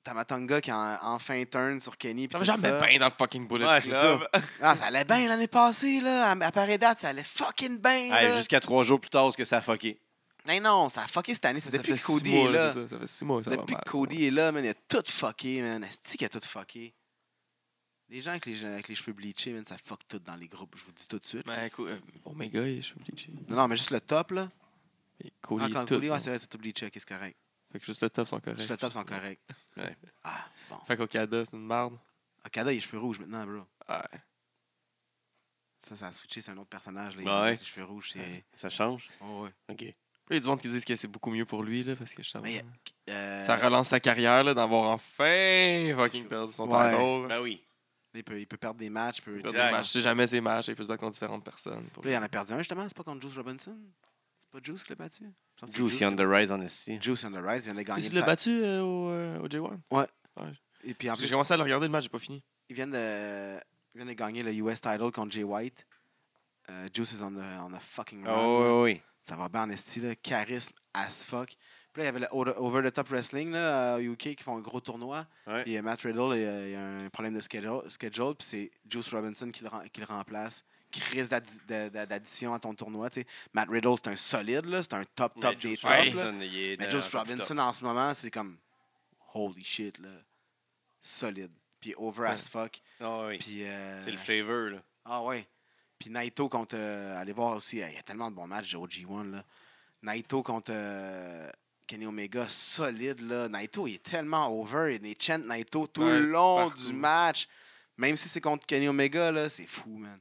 Tamatanga qui a en- enfin turn sur Kenny. puis Ça va tout jamais bien dans le fucking Bullet Ouais, c'est Club. Ah, ça allait bien l'année passée, là. À, à pareille date, ça allait fucking bien. Hey, là. Jusqu'à trois jours plus tard, ce que ça a fucké. Mais non, ça a fucké cette année. C'est Ça depuis fait que six Cody mois, est là. c'est Ça, ça fait six mois. ça va Depuis mal. que Cody est là, man, il a tout fucké, man. Asti qu'il a tout fucké. Les gens avec les, avec les cheveux bleachés, man, ça fuck tout dans les groupes, je vous le dis tout de suite. Mais écoute, euh, Omega, je suis obligé. Non, non, mais juste le top, là. Et Ah, Cody, quand tout. Cody, ouais, bon. c'est vrai, c'est tout bleaché, ok, c'est correct. Fait que juste le top sont corrects. Juste le top, sont corrects. Ouais. Ah, c'est bon. Fait qu'Okada, c'est une merde. Okada, il a les cheveux rouges maintenant, bro. Ouais. Ça, ça a switché, c'est un autre personnage, là. Bah Ouais. avec Les cheveux rouges, c'est. Ça change? Oh, ouais. OK. Il y a du monde qui disent que c'est beaucoup mieux pour lui, là, parce que justement. Mais, Euh, Ah Ça relance sa carrière, là, d'avoir enfin fucking perdu son Ouais. title. là. Ben oui. il, peut, il peut perdre des matchs, il peut. Il perd des Exact. matchs. Je sais jamais ses matchs, il peut se battre contre différentes personnes. Pour Puis Là, il en a perdu un, justement, c'est pas contre Juice Robinson C'est pas Juice qui l'a battu Il me semble que c'est Juicy on the rise en esti. Juice on the Rise, il vient de Il gagner. se le l'a ta- battu euh, au, euh, au J1. Et puis en J'ai plus, commencé à le regarder le match, j'ai pas fini. Ils viennent de, ils viennent de gagner le US title contre Jay White. Euh, Juice is on the, on a fucking run. là. Oh, oui, oui. Ça va bien en esti, là. charisme as fuck. Puis là, il y avait le Over- Over the Top Wrestling là, au UK qui font un gros tournoi. Ouais. Et Matt Riddle, il y a, il y a un problème de schedule, schedule puis c'est Juice Robinson qui le, ren- qui le remplace, qui risque d'addi- de- de- d'addition à ton tournoi. tu sais. Matt Riddle, c'est un solide, là, c'est un top, top Mais des Juice tops. Robinson, là. Robinson, il est Mais dans- Juice dans le top. Robinson, en ce moment, c'est comme holy shit, là. Solide. Puis over Ouais. as fuck. Ah oui. Puis. euh, C'est le flavor, là. ah ouais. Puis Naito contre. euh, allez voir aussi, euh, il y a tellement de bons matchs au G1. Là. Naito contre euh, Kenny Omega, solide. Là. Naito, il est tellement over. Il est chant Naito tout Ouais, le long partout. du match. Même si c'est contre Kenny Omega, là, c'est fou, man.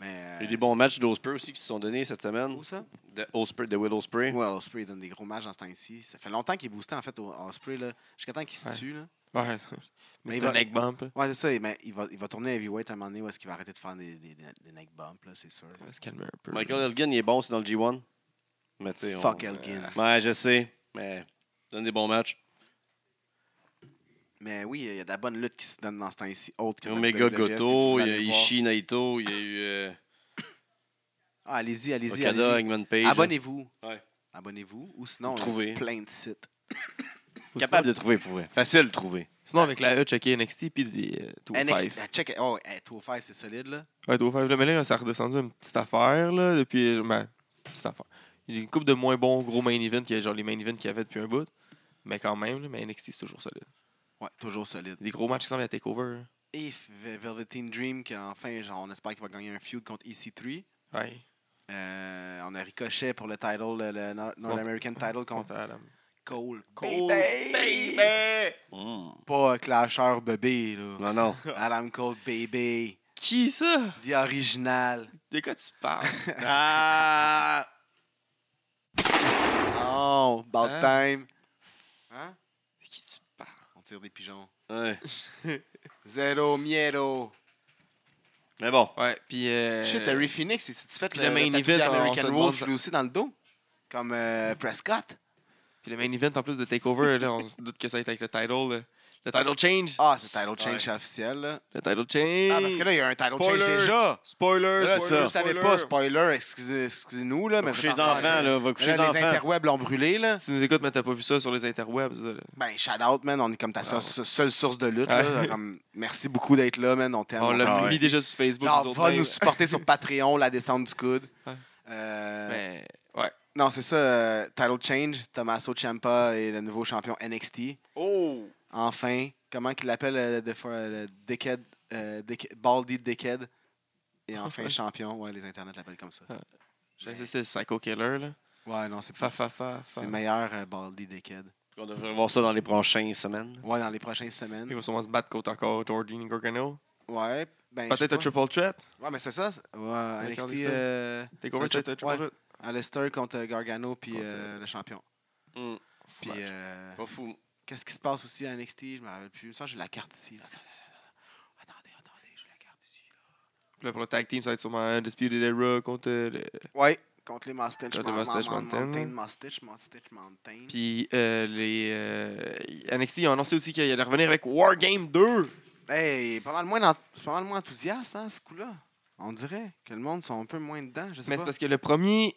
Mais, Il y a euh, des bons matchs d'Osprey aussi qui se sont donnés cette semaine. où ça? De, Osprey, de Will Osprey. Ouais, Osprey donne des gros matchs dans ce temps-ci. Ça fait longtemps qu'il est boosté, en fait, au Osprey, là, jusqu'à temps qu'il se Ouais. tue. Là. Ouais. Mais Mais il c'est un va- leg bump. là. Ouais, c'est ça. Mais il va, il va tourner heavyweight à un moment donné où est-ce qu'il va arrêter de faire des, des, des, des neck bumps, là, c'est sûr. Il va se calmer un peu. Michael Elgin, il est bon, c'est dans le G1. Mais tu sais, on- euh, Fuck Elgin. Ouais, je sais. Mais donne des bons matchs. Mais oui, il y a de la bonne lutte qui se donne dans ce temps-ci. Autre que notre Omega WWE, si vous Goto, il y a voulez aller voir. Ishii Naito, il y a eu euh, Ah, allez-y, allez-y, Okada, allez-y. Eggman Page. Abonnez-vous. Ouais. Abonnez-vous. Ou sinon, Trouvez. il y a plein de sites. Ou Capable de trouver, pour vrai. Facile de trouver. sinon- Sinon, avec la E, checker NXT puis des euh, 205. NXT, ah, check. Oh, hey, 205, c'est solide, là. Ouais, 205. Là, mais là, ça a redescendu une petite affaire, là, depuis. euh, ben, petite affaire. Il y a une coupe de moins bons gros main events, que, genre les main events qu'il y avait depuis un bout. Mais quand même, là, mais NXT, c'est toujours solide. Ouais, toujours solide. Des gros matchs qui semblent à TakeOver. là. hein. Et Velveteen Dream, qui enfin, genre, on espère qu'il va gagner un feud contre EC3. Ouais. E Euh, on a ricochet pour le title, le, le Nor- North Contre- American title contre Contre Adam. Cole. Cole, baby! baby! Hmm. Pas Clasher Bébé, Non, là. non. Adam Cole Baby. Qui ça? Dit original. De quoi tu parles? Ah! Oh, about Hein? time. Hein? De qui tu parles? On tire des pigeons. Ouais. Zero miedo. Mais bon. Ouais, puis. euh, Shit, Harry Phoenix, il s'est-tu fait puis le, le main le tatou event, on- on se d'American demande- Wolf lui aussi dans le dos? Comme euh, Prescott? Puis le main event en plus de Takeover, là, on se doute que ça va être avec le title. là. Le title change. Ah, c'est title change officiel, là. Le title change. Ah, parce que là, il y a un title change Spoiler. déjà. Spoiler, Là, si vous spoiler, ne savez spoiler. pas, spoiler, excusez- excusez-nous, là. Mais Va coucher vous les êtes en enfants, retard, là. Va coucher Mais les là, Euh, les enfants. interwebs l'ont brûlé, là. Si tu nous écoutes, mais t'as pas vu ça sur les interwebs. ça, là. Ben, shout out, man. On est comme ta so- Ah. so- seule source de lutte, Ah. là. Comme, merci beaucoup d'être là, man. On t'aime. On l'a Ah, publié ouais. déjà sur Facebook. Ben, Genre, nous autres, va mais- nous supporter sur Patreon, la descente du coude. Ouais. Euh, Mais, ouais. Non, c'est ça. euh, title change. Tommaso Ciampa est le nouveau champion NXT. Oh! Enfin, comment qu'il l'appelle euh, de fois, euh, le Dickhead, euh, Dick- Baldy Dickhead. Et enfin, Enfin. champion. Ouais, les internets l'appellent comme ça. Je sais, c'est le Psycho Killer, là. Ouais, non, c'est pas. Fa, fa, fa, fa. C'est meilleur, euh, Baldy Dickhead. On devrait voir ça dans les prochaines semaines. Ouais, dans les prochaines semaines. Il va sûrement se battre contre encore Jordan Gorgano. Ouais, ben. je sais Peut-être un pas. triple threat. Ouais, mais c'est ça. c'est- Ouais, Avec NXT. Alistair. euh, Takeover, c'est un c'est tri- un triple ouais, threat. Alistair contre Gargano, puis Contre, euh, euh, le champion. Hmm. Puis, Flash. euh, Pas fou. qu'est-ce qui se passe aussi à NXT Je me rappelle plus. Ça, j'ai la carte ici. là. Attendez, attendez, attendez, j'ai la carte ici. Puis là, pour le tag team, ça va être sûrement un Disputed Era contre. euh, le- Ouais, contre les Mustache Contre les Mountain. Mustache Mountain. Mountain. Mustache, Mustache Mountain. Puis euh, les. euh, NXT, ils ont annoncé aussi qu'il allait revenir avec War Game 2. Hey, pas mal moins d'en- c'est pas mal moins enthousiaste, hein, ce coup-là. On dirait que le monde sont un peu moins dedans. Je sais Mais c'est pas. parce que le premier,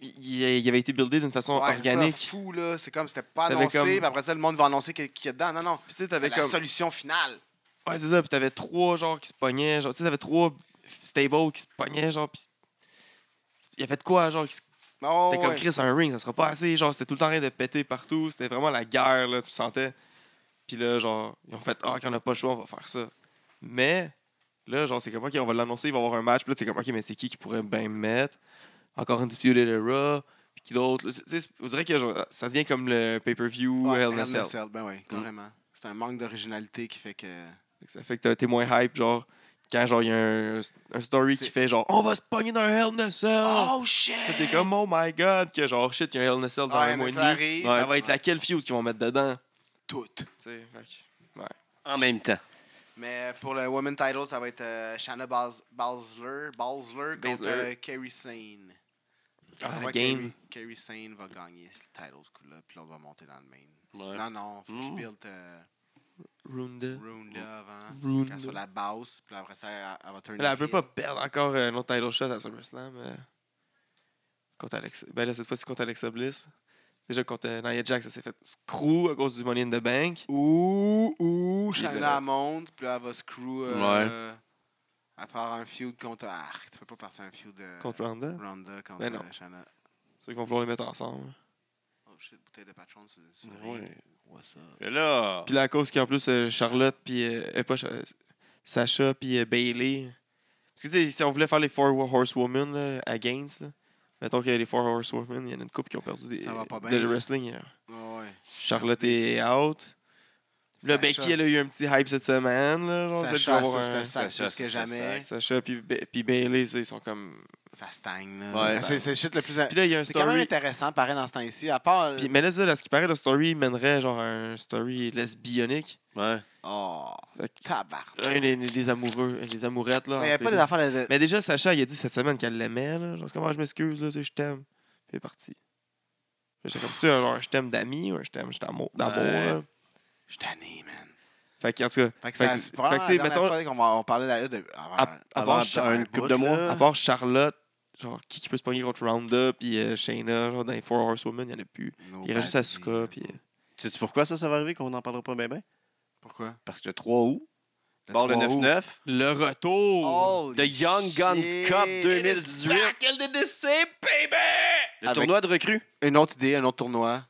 il, il avait été buildé d'une façon Ouais, c'est ça, organique. fou, là. C'est comme, c'était pas T'avais annoncé, comme- puis après ça, le monde va annoncer qu'il qu'il y a dedans. Non, non. Puis tu sais, C'est t'avais la comme. solution finale. Ouais, c'est ça. Puis t'avais trois genre qui se pognaient. Genre, tu sais, t'avais trois stables qui se pognaient. Genre, puis. Il y avait de quoi, genre, qui se Oh, C'était comme ouais. Chris, un ring, ça sera pas assez. Genre, c'était tout le temps rien de péter partout. C'était vraiment la guerre, là, tu le sentais. Puis là, genre, ils ont fait Ah, qu'on a pas le choix, on va faire ça. Mais là, genre, c'est comme OK, on va l'annoncer, il va y avoir un match. Puis là, t'es comme OK, mais c'est qui qui pourrait bien me mettre Encore une Disputed Era. Puis qui d'autre Là, Tu sais, c'est- on dirait que genre, ça devient comme le pay-per-view Ouais, Hell in a Hell in a Cell. Mm. Cell, Ben oui, carrément. C'est un manque d'originalité qui fait que. Fait que Ça fait que t'as- t'es moins hype, genre, quand genre, il y a un, un story qui C'est- Oh, fait genre On va se pogner dans un Hell in a Cell. shit! Là, T'es comme, oh my god, que genre, shit, il y a un Hell in a Cell dans Ouais, un mais mois et ça demi. arrive, ça ouais. va être laquelle feud qu'ils vont mettre dedans. Tout. Tu sais, fait que- En même temps. Mais pour le Women Title, ça va être euh, Shanna Bas- Baszler, Baszler contre Baszler. euh, Kerry Sane. Ah, Pour moi, game. Kerry- Kerry Sane va gagner ce title, ce coup-là, puis l'autre va monter dans le main. Ouais. Non, non, faut Mmh. qu'il Mm. build euh, Ronda. Ronda avant, Ronda. qu'elle soit la base, puis après ça, elle, elle va turner. Elle, elle peut heel. pas perdre encore euh, un autre title shot à SummerSlam. euh, contre Alex... Ben là, cette fois-ci contre Alexa Bliss. Déjà contre euh, Nia Jax, ça s'est fait screw à cause du Money in the Bank. Ouh, ouh, Puis Shanna là- elle monte, puis là, elle va screw. Euh, Elle part un feud contre. Ah, tu peux pas partir un feud euh, Contre Ronda. Ronda contre Ben non. euh, Shanna. Ceux qui vont vouloir les mettre ensemble. Oh shit, bouteille de patron, c'est c'est le ring. Ouais. What's up? Et là. Puis là, à cause qu'en plus, euh, Charlotte, puis. euh, euh, pas Char- euh, Sacha, puis euh, Bailey. Parce que, tu sais, si on voulait faire les Four Horsewomen là, à Gaines, là, mettons que les Four Horsewomen, il y en a une couple qui ont perdu des, Ça va pas bien, de là. wrestling. euh. Ouais, ouais. Charlotte est out. Là, Sacha, Becky, elle a eu un petit hype cette semaine. Là, genre, celle qui va Sacha, ça, avoir c'est un un- sac Sacha, plus que c'est un jamais. Sacha puis, Ba- puis Bailey, ils sont comme. Ça stagne, là. Ouais. Ça, c'est- c'est le shit le plus. Puis là, il y a un C'est quand même story. intéressant, pareil, dans ce temps-ci. À part. Puis, mais là, ça, à ce qui paraît, le story mènerait genre à un story lesbionique. Ouais. Oh, Fait que, tabarnak. là, les, les- les amoureux, les amourettes. Là, Mais il n'y a entre pas les des deux. affaires de. mais déjà, Sacha, il a dit cette semaine qu'elle l'aimait. là. Genre, c'est comme, Ah, je m'excuse, là, tu sais, je t'aime. Puis elle est parti. C'est comme ça, genre, je t'aime d'ami, ou je t'aime je t'amour- d'amour. Ouais. là. Je suis tanné, man. Fait que, en tout cas, Fait que Fait ça- que- c'est probablement fait que, tu sais, la dernière mettons- fois qu'on va- on parlait là de. avant- À- à avant part de- un couple bout, de mois. là. À part Charlotte, genre, qui, qui peut se pogner contre Ronda, puis euh, Shayna, genre, dans les Four Horsewomen, il n'y en a plus. No Il reste juste bad Asuka, deal. puis. euh, Sais-tu pourquoi ça, ça va arriver qu'on n'en parlera pas bien, bien? Pourquoi Parce que le 3 août, Le bord de 3 août. 9-9, Le retour! Holy The Young Guns shit. Cup It is 2018, back, LDDC, baby! le Avec- tournoi de recrues. Une autre idée, un autre tournoi.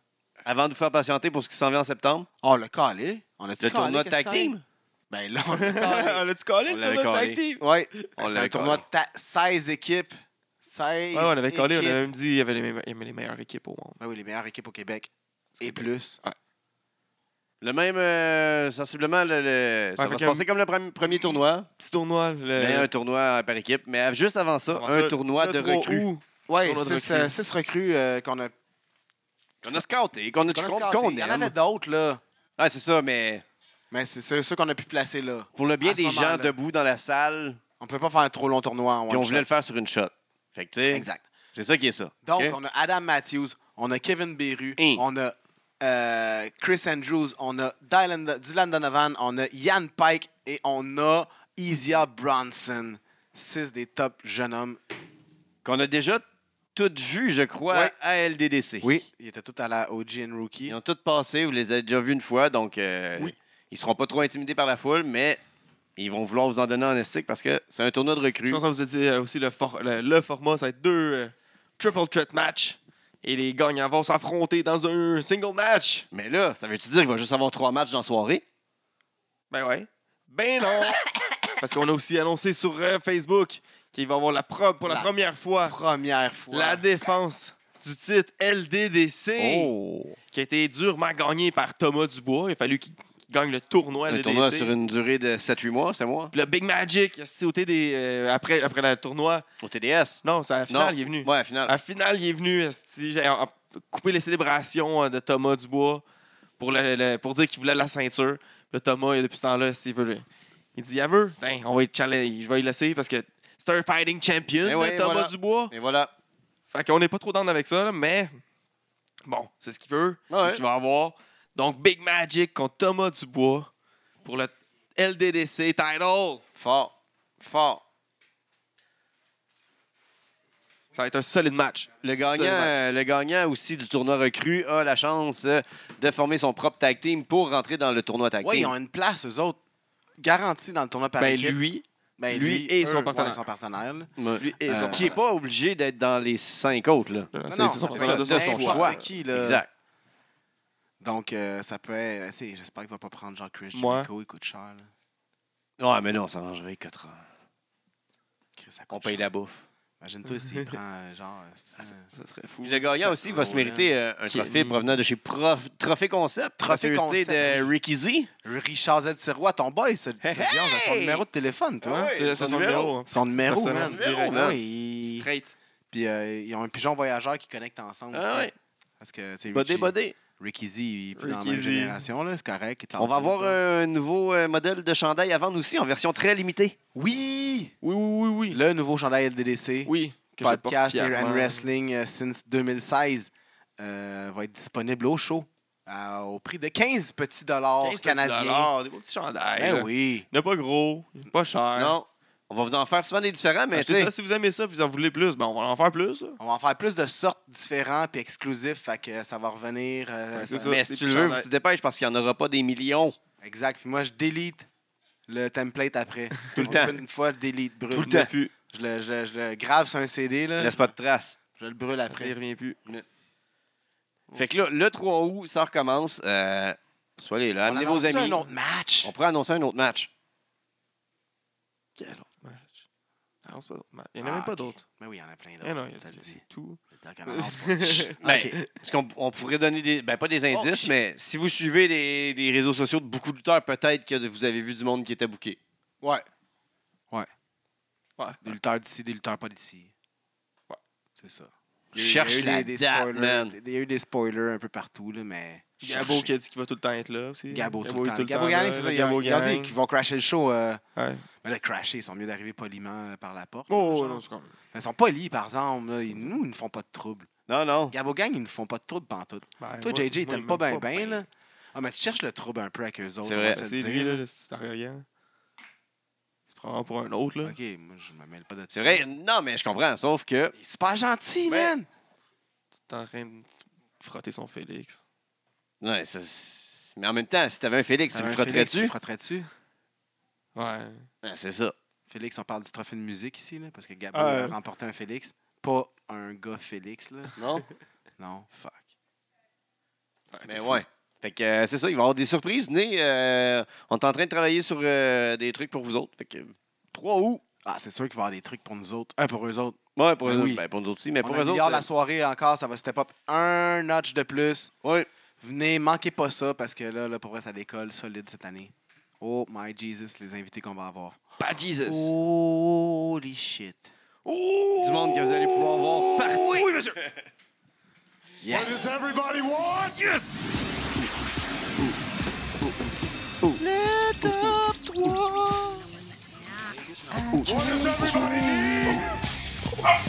Avant de vous faire patienter pour ce qui s'en vient en septembre, Oh, le calé. On a-tu le calé, tournoi de qu'est-ce tag que team. c'est? Ben là, on l'a calé. On l'a-tu collé, Ah, On le l'avait tournoi de collé. tag team? Ouais, On c'est l'a un tournoi de ta- 16 équipes. 16. Ouais, on avait collé, on équipes. avait même dit qu'il y avait les, me- il y avait les meilleures équipes au monde. Ben oui, les meilleures équipes au Québec. Et plus. Le même, euh, sensiblement, le, le- ça Ouais, va fait se que- passer comme le premi- premier tournoi, Petit tournoi. Le, Euh, mais un tournoi par équipe. Mais juste avant ça, Avant un ça, tournoi le de 3 recrues. août. Oui, Tournoi de 6 recrues. recrues euh, qu'on a. On a scouté, qu'on a qu'on a qu'on- scoutées. qu'on Il y en aime. avait d'autres, là. Ouais, c'est ça, mais hein? Mais c'est ceux ceux qu'on a pu placer, là. pour le bien À ce des gens moment-là. debout dans la salle, On peut pas faire un trop long tournoi en one puis on voulait shot. le faire sur une shot. Fait que, tu sais, Exact. c'est ça qui est ça. Donc, OK? on a Adam Matthews, on a Kevin Beru, Hein. on a euh, Chris Andrews, on a Dylan, Dylan Donovan, on a Ian Pike et on a Isia Bronson. Six des top jeunes hommes. qu'on a déjà toutes vues, je crois, Ouais. à LDDC. Oui, ils étaient tous à la OG and Rookie. Ils ont toutes passé, vous les avez déjà vus une fois, donc euh, Oui. ils seront pas trop intimidés par la foule, mais ils vont vouloir vous en donner en estique parce que c'est un tournoi de Je recrues. pense qu'on vous a dit euh, aussi le, for- le, le format, ça va être deux euh, triple threat match. Et les gagnants vont s'affronter dans un single match. Mais là, ça veut-tu dire qu'il va juste avoir trois matchs dans la soirée? Ben ouais. Ben non! Parce qu'on a aussi annoncé sur euh, Facebook qu'il va y avoir la pro- pour la, La- première fois Première fois. la défense du titre LDDC Oh! qui a été durement gagnée par Thomas Dubois. Il a fallu qu'il qu'il gagne le tournoi Un LDDC. tournoi sur une durée de 7-8 mois, c'est moi? Puis le Big Magic, esti, au TD, euh, après, après le tournoi. Au TDS? Non, c'est à la finale, Non. il est venu. Ouais, À final. la finale, il est venu esti, j'ai- en- couper les célébrations euh, de Thomas Dubois pour, le- le- pour dire qu'il voulait la ceinture. Le Thomas, il- depuis ce temps-là, s'il veut. Il dit Y'a veut, Tain, on va y challenge, je vais y laisser parce que c'est un fighting champion, Eh là, ouais, Thomas voilà. Dubois. Et voilà. Fait qu'on n'est pas trop down avec ça, là, mais bon, c'est ce qu'il veut, Ah ouais. c'est ce qu'il va avoir. Donc, Big Magic contre Thomas Dubois pour le LDDC title. Fort. Fort. Ça va être un solide match. Le Solide gagnant, match. euh, le gagnant aussi du tournoi recru a la chance euh, de former son propre tag team pour rentrer dans le tournoi tag Oui, ils team. ont une place, eux autres, garantie dans le tournoi par Ben, équipe. lui, Ben, lui et son ouais, partenaire. son partenaire, là. Ouais. lui et Euh, son Qui n'est pas obligé d'être dans les cinq autres. Là. Non, non, Non, c'est- non, c'est son c'est partenaire de ça, son n'importe choix. n'importe qui, là. Exact. Donc, euh, ça peut être. c'est- J'espère qu'il va pas prendre Jean-Chris Moi. Jericho, il coûte cher. là. Ouais, mais non, ça mangerait 4 ans. Chris, ça On coûte paye cher. la bouffe. Imagine-toi s'il prend, euh, genre. euh, ça- Ça serait fou. Puis le gagnant Ça- aussi va se Roland. mériter euh, un Qui- trophée provenant de chez Prof- Trophée Concept. Trophée la curiosité Concept, de Ricky Z. euh, Richard Z. Sirois, ton boy, c'est Hey, hey! son numéro de téléphone, toi. hein? Ah oui. C'est son numéro. hein. Son numéro, Personne man. numéro, Direct. man. Ouais, il- Straight. Puis euh, ils ont un pigeon voyageur qui connecte ensemble Ah aussi. ouais. Parce que, tu sais, Bodé, Richie- bodé. Ricky Z, il est plus dans la Ricky même Z. génération, là, c'est correct. Ah, il t'en On va rappelle avoir pas. un nouveau euh, modèle de chandail à vendre aussi en version très limitée. Oui! Oui, oui, oui, oui. Le nouveau chandail LDDC. Oui. que je porte podcast Here fièrement. and Wrestling euh, since 2016 euh, va être disponible au show à- au prix de 15 petits dollars 15 canadiens. dollars, Des beaux petits chandails. Ben là. oui. Il n'est pas gros, il n'est pas cher. Ben, Non, on va vous en faire souvent des différents, mais tu Achetez sais, ça si vous aimez ça, puis vous en voulez plus, ben on va en faire plus. là. On va en faire plus de sortes différentes puis exclusives, fait que ça va revenir. euh, Fait que ça- ça- mais si des tu petits veux, chandails. tu te dépêches parce qu'il n'y en aura pas des millions. Exact. Puis moi, je délite le template après. Tout le On temps. brûle Une fois, je délite, brûle. Tout le Il revient temps. plus. Je le, je- je le grave sur un CD, là. Laisse pas de traces. Je le brûle Il après. revient plus. Fait que là, le 3 août, ça recommence. Euh, soyez là, amenez On vos annonce-tu amis. un autre match. On pourrait annoncer un autre match. Quel autre match? Annonce pas d'autres matchs. Il n'y en a Ah, même pas ok. d'autres. Mais oui, il y en a plein Eh non, d'autres. il y a ça le dit. c'est tout. Donc, on annonce pas. Chut. Ben, Ok. Parce qu'on on pourrait donner des. Ben, pas des indices, shit. mais si vous suivez les, les réseaux sociaux de beaucoup de lutteurs, peut-être que vous avez vu du monde qui était bouqué. Ouais. Ouais. Ouais. Des lutteurs d'ici, des lutteurs pas d'ici. Ouais. C'est ça. Cherche la date, spoilers, man. Il y a eu des spoilers un peu partout, là, mais. Gabo cherche- qui a dit qu'il va tout le temps être là aussi. Gabo tout le est temps. Gabo là, Gang, c'est ça. Ils ont Gabo ils ont dit Gang. qu'ils vont crasher le show. euh, Ouais. Mais là, crasher, ils sont mieux d'arriver poliment euh, par la porte. Oh, genre. non, c'est quand même. Ils sont polis, par exemple. là. Ils- Nous, ils ne font pas de trouble. Non, non. Gabo Gang, ils ne font pas de trouble pantoute. Ben, Toi, moi- JJ, ils moi, t'aiment il pas bien, m'aime bien, là. Ah, mais tu cherches le trouble un peu avec eux autres. C'est on vrai. va se le C'est dire, lui, là. là, c'est arrogant. Il se prend pour un autre, là. Ok, moi, je me mêle pas de C'est ça. vrai. Non, mais je comprends. Sauf que. Il est super gentil, Mais- man. T'es en train de frotter son Félix. Ouais, ça- mais en même temps, si t'avais un Félix, tu Ah, le un Félix, Tu le frotterais-tu? frotterais-tu? Ouais. Ouais, c'est ça. Félix, on parle du trophée de musique ici, là, parce que Gabo Ah, a ouais. remporté un Félix. Pas un gars Félix, là. Non? Non. Fuck. t'es Mais fou. ouais. Fait que euh, c'est ça, il va y avoir des surprises. Venez, euh, on est en train de travailler sur euh, des trucs pour vous autres. Fait que 3 août, Ah, c'est sûr qu'il va y avoir des trucs pour nous autres. Un pour eux autres. Ouais, pour, Ben eux, oui. ben, pour nous autres aussi, mais On pour a eux dit hier, autres. euh, la soirée encore, ça va step up un notch de plus. euh, ouais. Venez, manquez pas ça parce que là, là pour vrai, ça décolle solide cette année. Oh my Jesus, les invités qu'on va avoir. Pas Jesus. Holy shit. Du monde que vous allez pouvoir voir partout. Oui, monsieur. What does everybody want? Yes! What does everybody need?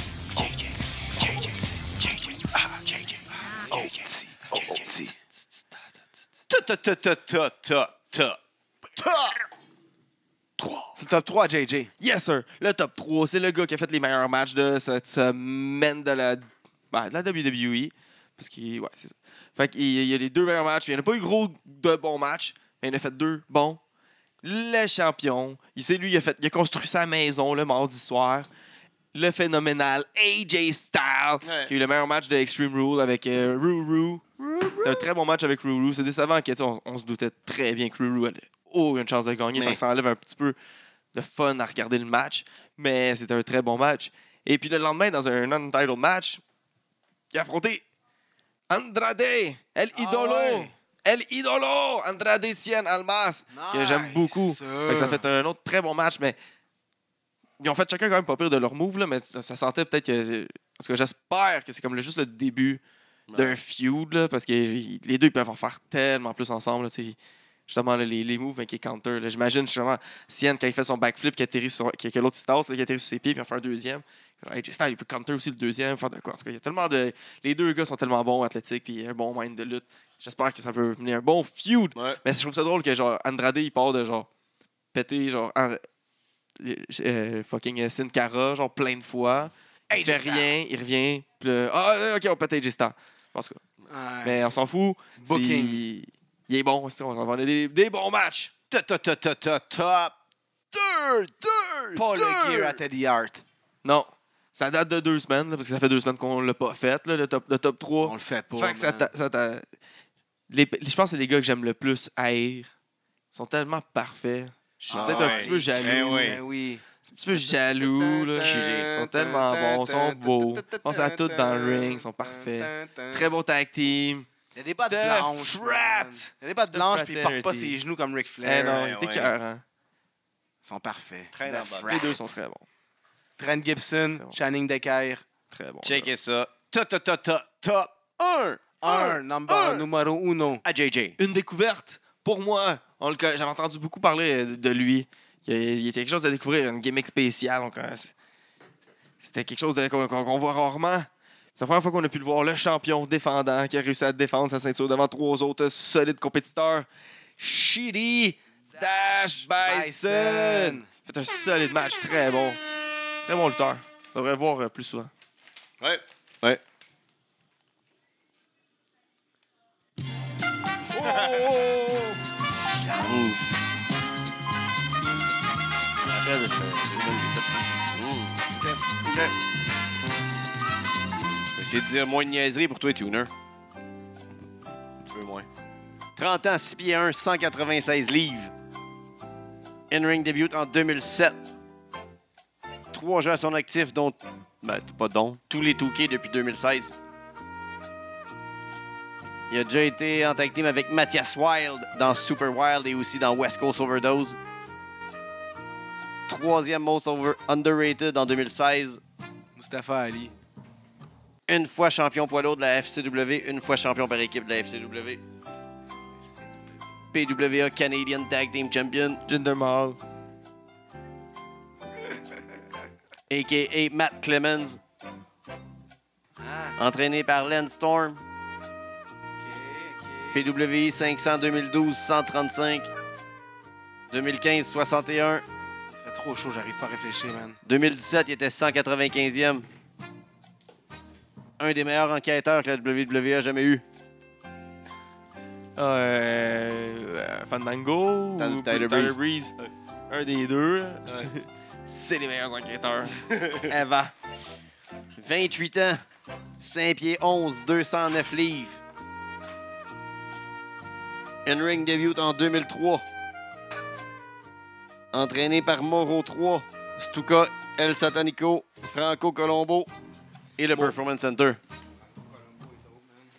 Ta, ta, ta, ta, ta, ta. C'est le top 3 à JJ. Yes, sir. Le top 3, c'est le gars qui a fait les meilleurs matchs de cette semaine de la, ben, de la WWE. Parce qu'il. Ouais, c'est ça. Fait qu'il il y a les deux meilleurs matchs. puis Il n'y en a pas eu gros de bons matchs, mais il en a fait deux bons. Le champion. Il sait, lui, il a, fait, il a construit sa maison le mardi soir. Le phénoménal AJ Styles, Ouais. qui a eu le meilleur match de Extreme Rule avec euh, Ruru. C'était un très bon match avec Ruru. C'est décevant que, tu sais, on, on se doutait très bien que Ruru avait aucune chance de gagner. Mais- Fait que ça enlève un petit peu de fun à regarder le match. Mais c'était un très bon match. Et puis le lendemain, dans un non-title match, il a affronté Andrade, El Ah Idolo. ouais. El Idolo, Andrade Cien Almas, que j'aime Nice. beaucoup. Fait que ça Euh. fait un autre très bon match, mais ils ont fait chacun quand même pas pire de leur move, là, mais ça ça sentait peut-être que. Parce que j'espère que c'est comme le- juste le début d'un feud, là, parce que il- les deux ils peuvent en faire tellement plus ensemble. là, tu sais. justement, là, les, les moves mais qui est counter. là. J'imagine justement Sien quand il fait son backflip qui atterrit sur. qui- que l'autre se tasse, là, qui atterrit sur ses pieds, puis en fait un deuxième. Hey, Jay Styles, il peut counter aussi le deuxième, faire de quoi. En tout cas, il y a tellement de. Les deux gars sont tellement bons athlétiques, puis un bon mind de lutte. J'espère que ça peut mener un bon feud. Ouais. Mais je trouve ça drôle que genre Andrade il part de genre péter genre en- euh, fucking euh, Sin Cara genre plein de fois. Il AJ fait Styles. rien, il revient. puis là, ah euh, ok on pète AJ Styles. En tout cas, mais on s'en fout. Ah. Booking. C'est- Il est bon, c'est- on va avoir des, des bons matchs. Ta, ta, ta, ta, ta, ta. Deux, deux, Pas le deux. gear à Teddy Hart. Non, ça date de deux semaines là, parce que ça fait deux semaines qu'on l'a pas fait là, le top le top 3. On le fait pas. Fait que ça man. t'a- ça t'a- les, pe- je pense que c'est les gars que j'aime le plus haïr. Ils sont tellement parfaits. Je suis Ah peut-être un ouais. petit peu jaloux. Eh oui. Ben oui. C'est un petit peu jaloux, là. Ils sont tellement bons, ils sont beaux. Ils pensent à tout dans le ring, ils sont parfaits. Très bon tag team. Il y a des bottes The blanches. Frat. man. Il y a des bottes blanches, puis ils portent pas Fraternity. ses genoux comme Ric Eh Flair. non, il ouais, était ouais. cœur, hein. Ils sont parfaits. Très The dans la botte. Frat. Les deux sont très bons. Trent Gibson, C'est bon. Channing Decker. Très bons. là. Checkez ça. Ta, ta, ta, ta, ta. Un, Un, un. number, un. numero uno. À JJ. Une découverte, pour moi, on le conna- j'avais entendu beaucoup parler euh, de lui. Il y a- il y a quelque chose à découvrir, une gimmick spéciale. on conna- C'était quelque chose de- qu'on qu'on- qu'on voit rarement. C'est la première fois qu'on a pu le voir, le champion défendant qui a réussi à défendre sa ceinture devant trois autres solides compétiteurs. Shitty Dash Bison. fait un solide match, très bon. Très bon lutteur. On devrait le voir euh, plus souvent. Ouais. Ouais. Silence. J'ai de dire moins de niaiserie pour toi, Tuner. Un petit peu moins. 30 ans, 6 pieds 1, 196 livres. In-ring débute en 2007. Trois jeux à son actif, dont ben, t- pas donc. Tous les touquets depuis 2016. Il a déjà été en tag team avec Mathias Wild dans Super Wild et aussi dans West Coast Overdose. Troisième most over- underrated en 2016. Mustafa Ali. Une fois champion poids lourd de la FCW, une fois champion par équipe de la FCW. PWA Canadian Tag Team Champion, Jinder Mahal. a.k.a. Matt Clemens, Ah, entraîné par Lance Storm. OK, PWI 500 2012 135 2015 61 OK. Ça fait trop chaud, j'arrive pas à réfléchir, man. 2017 il était 195e un des meilleurs enquêteurs que la WWE a jamais eu Euh, euh, Fandango Tyler- ou Tyler Breeze. Ouais. Un des deux. C'est les meilleurs enquêteurs. Eva. 28 ans 5 pieds 11 209 livres In-ring débute en 2003 entraîné par Moro 3 Stuka, El Satanico, Franco Colombo et le Performance Center.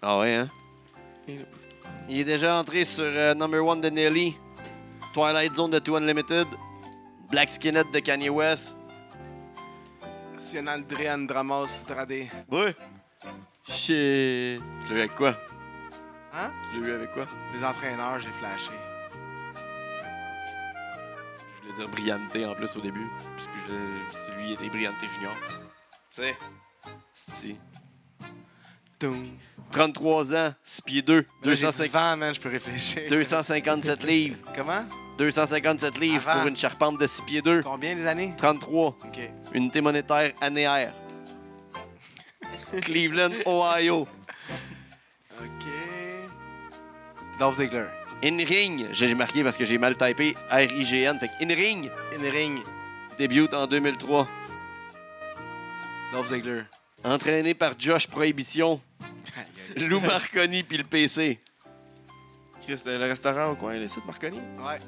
Ah ouais, hein? Il est déjà entré sur euh, Number One de Nelly, Twilight Zone de Two Unlimited, Black Skinhead de Kanye West. Sional Drian Dramas Tradé. Ouais. Shit. Je l'ai eu avec quoi? Hein? Je l'ai eu avec quoi? Les entraîneurs, j'ai flashé. Je voulais dire Brianté en plus au début. Puis je- puis lui, il était Brianté Junior. Tu sais? Si. Toum. 33 ans, 6 pieds 2, Là, j'ai 10 250 ans, man, je peux réfléchir. 257 livres. Comment? 257 livres Avant. pour une charpente de 6 pieds 2. Combien les années? 33. OK. Unité monétaire annéaire. Cleveland, Ohio. OK. Dolph Ziggler. In-ring. J'ai marqué parce que j'ai mal typé. R-I-G-N. Fait que in-ring. In-ring. Débute en 2003. Dolph Ziggler. Entraîné par Josh Prohibition, Lou Marconi puis le PC. Chris, le le restaurant au coin, les sites Marconi. ouais.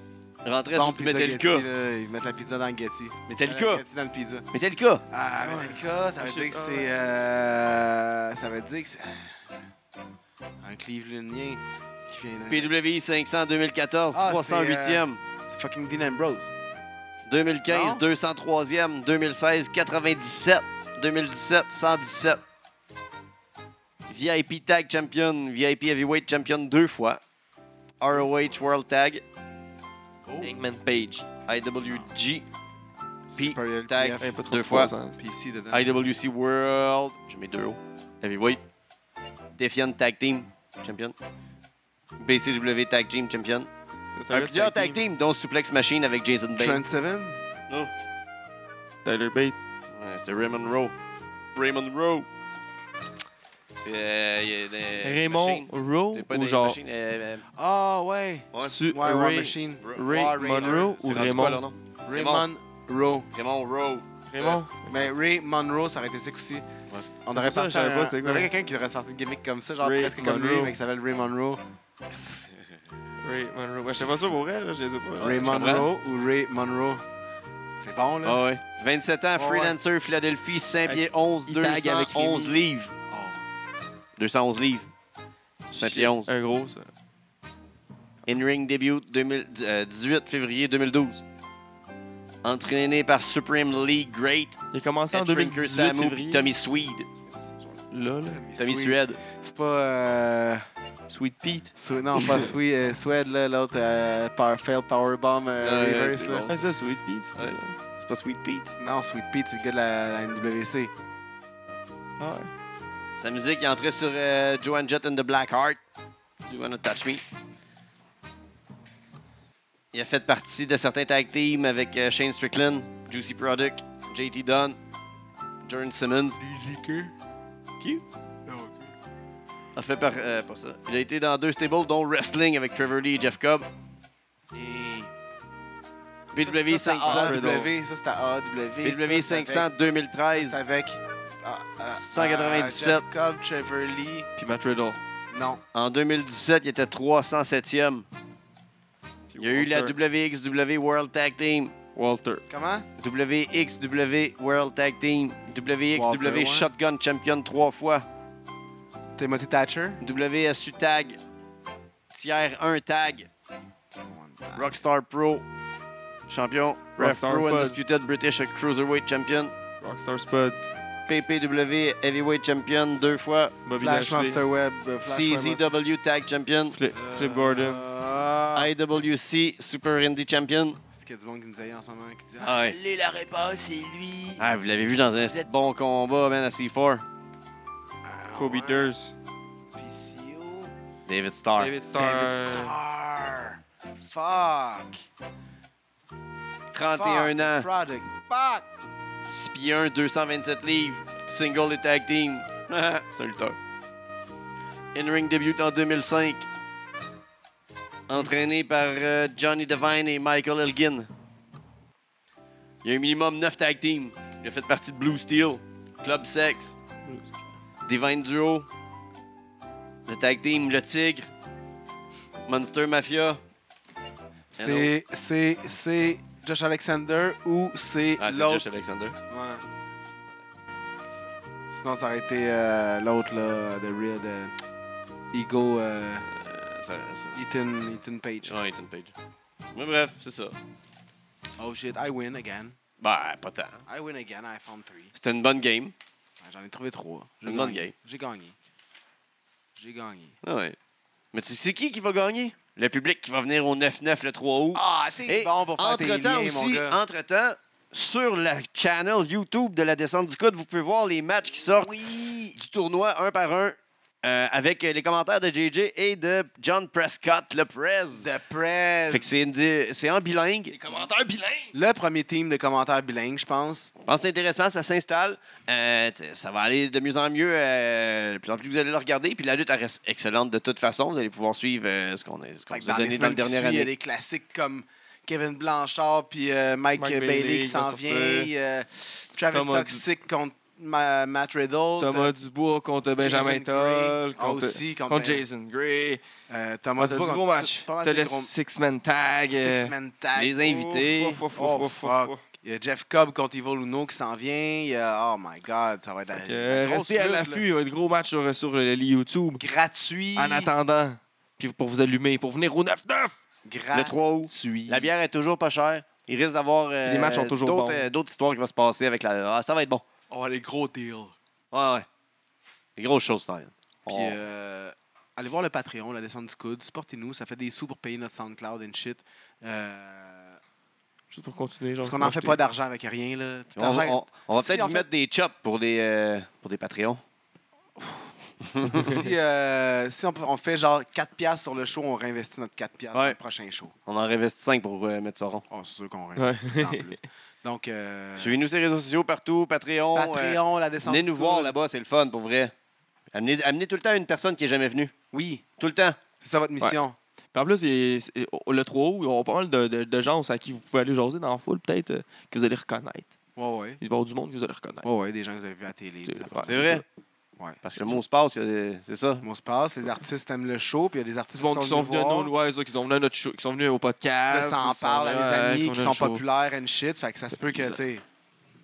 Rentrait Bon, sur tu pizza mettais le Getty, cas. là, ils mettent la pizza dans le Getty. Mettais le Euh, cas. Getty dans le pizza. Mettais le cas. Ah, mais Ouais. dans le cas, ça veut Je sais dire que pas, c'est... ouais. euh, ça veut dire que c'est... euh, Un Clevelandien qui vient... de- PWI 500 2014, Ah, c'est, 308e. C'est fucking Dean Ambrose. 2015, Non? 203e. 2016, 97. 2017, 117. VIP Tag Champion, VIP Heavyweight Champion deux fois. ROH World Tag, Hangman Page. IWG, Puis, Pas le tag. PF, pas trop Deux de fois. croissance. PC dedans. IWC World, j'ai mis deux hauts, Heavyweight, Defiant Tag Team Champion, BCW Tag Team Champion. Ça, Un le plusieurs tag team, dont Suplex Machine avec Jason Bates. Oh, Trent Seven. Tyler Bate. Ouais, c'est Raymond Rowe. Raymond Rowe. C'est, euh, il y a des- Raymond machines. Rowe C'est pas ou des genre machines, euh, euh, Ah, ouais. Ouais, tu War Ray, Machine. Ray War Ray- Monroe c'est ou rendu quoi leur Raymond nom? Raymond Rowe. Raymond Rowe. Raymond Mais Ray Monroe, ça aurait été sec aussi. On aurait Ça, pas je savais pas c'est Il y quoi. aurait quelqu'un qui aurait sorti une gimmick comme ça, genre Ray presque comme lui, Monroe. mais qui s'appelle Ray Monroe. Ray Monroe. Ouais, je sais pas ça pour vrai, là, je les ai pas. Ray je Monroe ou Ray Monroe. C'est bon, là. Ah ouais. 27 ans, Ouais, freelancer, Philadelphie, 5 Avec- pieds 11, il tag avec 211 Rémi. livres. Oh, 211 livres. 5 pieds 11. Un gros, ça. In-ring debut 2000 euh, 18 février 2012. Entraîné par Supreme League Great, Il a commencé en Trigger 2018 Samu puis février. Tommy Swede. Là, là. Tommy Sweet. Suede. C'est pas. Euh, Sweet Pete. Swe- non, pas Sweet, euh, Suede, là, l'autre euh, Power Fail Powerbomb euh, Ouais, ouais, Reverse. c'est Là. bon. Ah, ça, Sweet Pete. c'est Ouais. ça. C'est pas Sweet Pete. Non, Sweet Pete, c'est le gars de la, la NWC. Ah, ouais. Sa musique il est entrée sur euh, Joanne Jett and the Black Heart. Do you wanna touch me? Il a fait partie de certains tag teams avec euh, Shane Strickland, Juicy Product, JT Dunn, Jordan Simmons. Qui? A fait par. euh, pas ça. Il a été dans deux stables, dont Wrestling avec Trevor Lee et Jeff Cobb. Et... BW Ça, 500. c'était AW, ça, c'était AW. BW 500 2013. C'est avec. ah, ah, 197. ah, Jeff Cobb, Trevor Lee. Puis Matt Riddle. Non. En 2017, il était 307e. Puis Il y a eu la Walter. WXW World Tag Team, Walter. Comment? WXW World Tag Team, WXW Walter, ouais. Shotgun Champion trois fois, Timothy Thatcher. WSU Tag, Tier 1 Tag, Rockstar Pro Champion, Ref Rockstar Pro Pod. Undisputed British Cruiserweight Champion, Rockstar Spud. PPW Heavyweight Champion deux fois, Bobby Flash Lashley. Monster Web. euh, Flash Web CZW Tag Champion, Flip, Monster- Flip Gordon. Euh, IWC Super Indie Champion. Est-ce qu'il y a du monde qui nous aille en ce moment qui dit Ah ouais. Allez, la réponse, c'est lui. Ah, vous l'avez vu dans un bon combat, man, à C4. Ah, Kobe ouais. Durst. PCO. David Starr. David Starr. David Starr. Fuck. 31 Fuck. ans. Product. Fuck. 6 pieds 1, 227 livres. Single et tag team. C'est un lutteur. In-ring débute en 2005. Entraîné par euh, Johnny Devine et Michael Elgin. Il y a un minimum 9 tag teams. Il a fait partie de Blue Steel, Club Sex, Divine Duo, le tag team Le Tigre, Monster Mafia. C'est, c'est, c'est Josh Alexander ou c'est Ah, c'est l'autre. Josh Alexander. Ouais. Sinon, ça aurait été euh, l'autre, là, de Real, de Ego, euh, Euh, ça, ça... Ethan, Ethan Page. Ouais, Ethan Page. Mais bref, c'est ça. Oh shit, I win again. Bah, pas tant. I win again, I found three. C'était une bonne game. Ouais, J'en ai trouvé trois. J'ai Une gagné. bonne game. J'ai gagné. J'ai gagné. Ah ouais. Mais tu sais qui qui va gagner? Le public qui va venir au 9-9 le 3 août. Ah, t'es Et bon pour faire tes Entre-temps liens, mon aussi, gars. entre-temps, sur le channel YouTube de la descente du coude, vous pouvez voir les matchs qui sortent Oui! du tournoi un par un euh, avec euh, les commentaires de JJ et de John Prescott, le Prez. The Press. Fait que c'est, une di- c'est en bilingue. commentaires bilingues. Le premier team de commentaires bilingues, je pense. Je pense que c'est intéressant, ça s'installe. Euh, t'sais, ça va aller de mieux en mieux. euh, de plus en plus, vous allez le regarder. Puis la lutte elle reste excellente de toute façon. Vous allez pouvoir suivre euh, ce qu'on, est, ce qu'on Fait que vous a dans donné dans les semaines la qui dernière suivent, il y a année. des classiques comme Kevin Blanchard puis euh, Mike, Mike euh, Bailey, Bailey qui qui va s'en vient, sortir. euh, Travis Thomas Du- Toxic contre Ma- Matt Riddle, euh, Thomas Dubois contre Benjamin Jason Gray. Toll. Ah, Contre, aussi, contre- contre Jason Gray. euh, Thomas Thomas Dubois, Dubois gros contre- match. Thomas T'as le Dubois, six-man tag. euh, six-man tag. Les invités. Oh, fuck, fuck, Oh, fuck, fuck, fuck. fuck. Il y a Jeff Cobb contre Evil Uno qui s'en vient. Il y a- Oh my God, ça va être la, Euh, la grosse Restez à lutte, là. l'affût, il va y a de gros matchs sur, sur le, le YouTube. Gratuit. En attendant, puis pour vous allumer, pour venir au 9-9. Le Gratuit. 3 août. La bière est toujours pas chère. Il risque d'avoir euh, Les matchs sont toujours d'autres, bons. euh, d'autres histoires qui vont se passer avec la. Ah, ça va être bon. Oh, les gros deals. Ouais, ouais. Des grosses choses, ça. Puis Oh. euh, allez voir le Patreon, la descente du coude. Supportez-nous. Ça fait des sous pour payer notre SoundCloud and shit. Euh, Juste pour continuer. Genre, parce qu'on n'en fait pas d'argent avec rien. Là. Tout on, va- l'argent- on- on va Si, peut-être en vous fait- mettre des chops pour des, euh, pour des Patreons. si euh, si on, on fait genre 4$ piastres sur le show, on réinvestit notre 4$ piastres dans Ouais. le prochain show. On en réinvestit 5 pour euh, mettre ça rond. Oh, c'est sûr qu'on réinvestit Ouais. en plus. Donc, euh, Suivez-nous sur les réseaux sociaux partout, Patreon. euh, Patreon, la descente venez du nous voir coude. là-bas, c'est le fun pour vrai. Amenez, amenez tout le temps une personne qui est jamais venue. Oui, Tout le temps. c'est ça votre mission. Puis en plus, il- c'est- le 3 août, il va y avoir pas mal de, de- de gens à qui vous pouvez aller jaser dans la foule, peut-être, euh, que vous allez reconnaître. Ouais, ouais. Il va y avoir du monde que vous allez reconnaître. Oh, Ouais, ouais, des gens que vous avez vus à la télé. C'est- des affaires. ouais, Ah, C'est vrai. ça. Ouais. Parce que le mot se passe, euh, c'est ça. On se passe, les artistes aiment le show, puis il y a des Du artistes monde qui sont venus à voir. nos lois, Ah, qui sont venus à notre show- qui sont venus au Là, podcast. ça en qui sont parle venus à à- des amis qui venus à sont notre show. populaires and shit. Fait que ça se peut que, tu sais,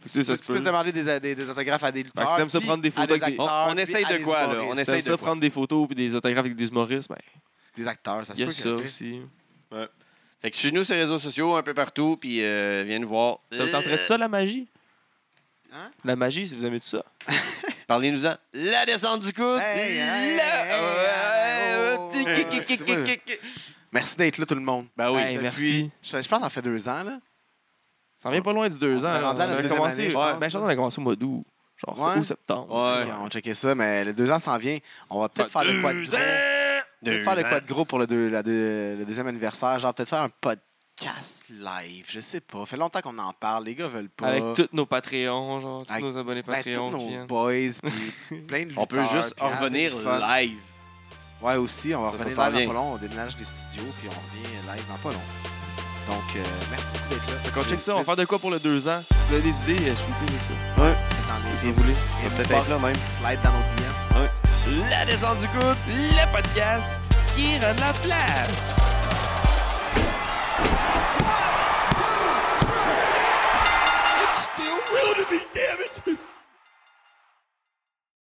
Tu sais, ça tu se peux peut. se demander des, des, des autographes à des lutteurs. Fait que si t'aimes ça puis prendre des à photos avec des- acteurs, On- on puis essaye à de des quoi, là? humoristes. On Si essaye t'aimes de ça quoi. prendre des photos et des autographes avec des humoristes, ben, Des acteurs, ça se il y a peut ça que, tu sais. aussi. Fait que suivez-nous sur les réseaux sociaux un peu partout, puis euh, viens nous voir. Ça vous tenterait de ça, la magie? Hein? La magie, si vous aimez tout ça. Parlez-nous-en. La descente du coude. Hey, hey, hey, hey, oh, La- ouais, c'est vrai. Merci d'être là, tout le monde. Ben oui. Hey, Depuis- merci. Je, je pense que ça fait deux ans, là. Ça revient pas loin du On deux s'est ans. là. rendu à On notre a deuxième année, commencé. je ouais, pense, ben, je pense qu'on a commencé au mois d'août. Genre, Ouais. c'est août, septembre. Ouais. Puis On checkait ça, mais le deux ans s'en vient. On va peut-être faire le quoi de gros. Peut-être Deux faire le ans. quoi de gros pour le, deux- la deux- le deuxième anniversaire. Genre, peut-être faire un podcast live. Je sais pas. Fait longtemps qu'on en parle. Les gars veulent pas. Avec tous nos Patreons, genre, tous Avec- nos abonnés Ben, tous Patreon. qui nos viennent. boys, puis plein de On peut lutteurs, juste puis en avec revenir Ah, le fun. live. Ouais, aussi, on va Ça, ça revenir s'en live dans vient. pas long. On déménage des studios, puis on revient live dans pas long. Donc, euh, merci beaucoup d'être là. Fait qu'on check ça, on va faire de quoi pour le deux ans? Si vous avez des idées, euh, je suis tout de ça. Attendez, Si vous voulez. on peut-être être là même. Slide dans nos billets. La descente du coude, le podcast qui rend la place.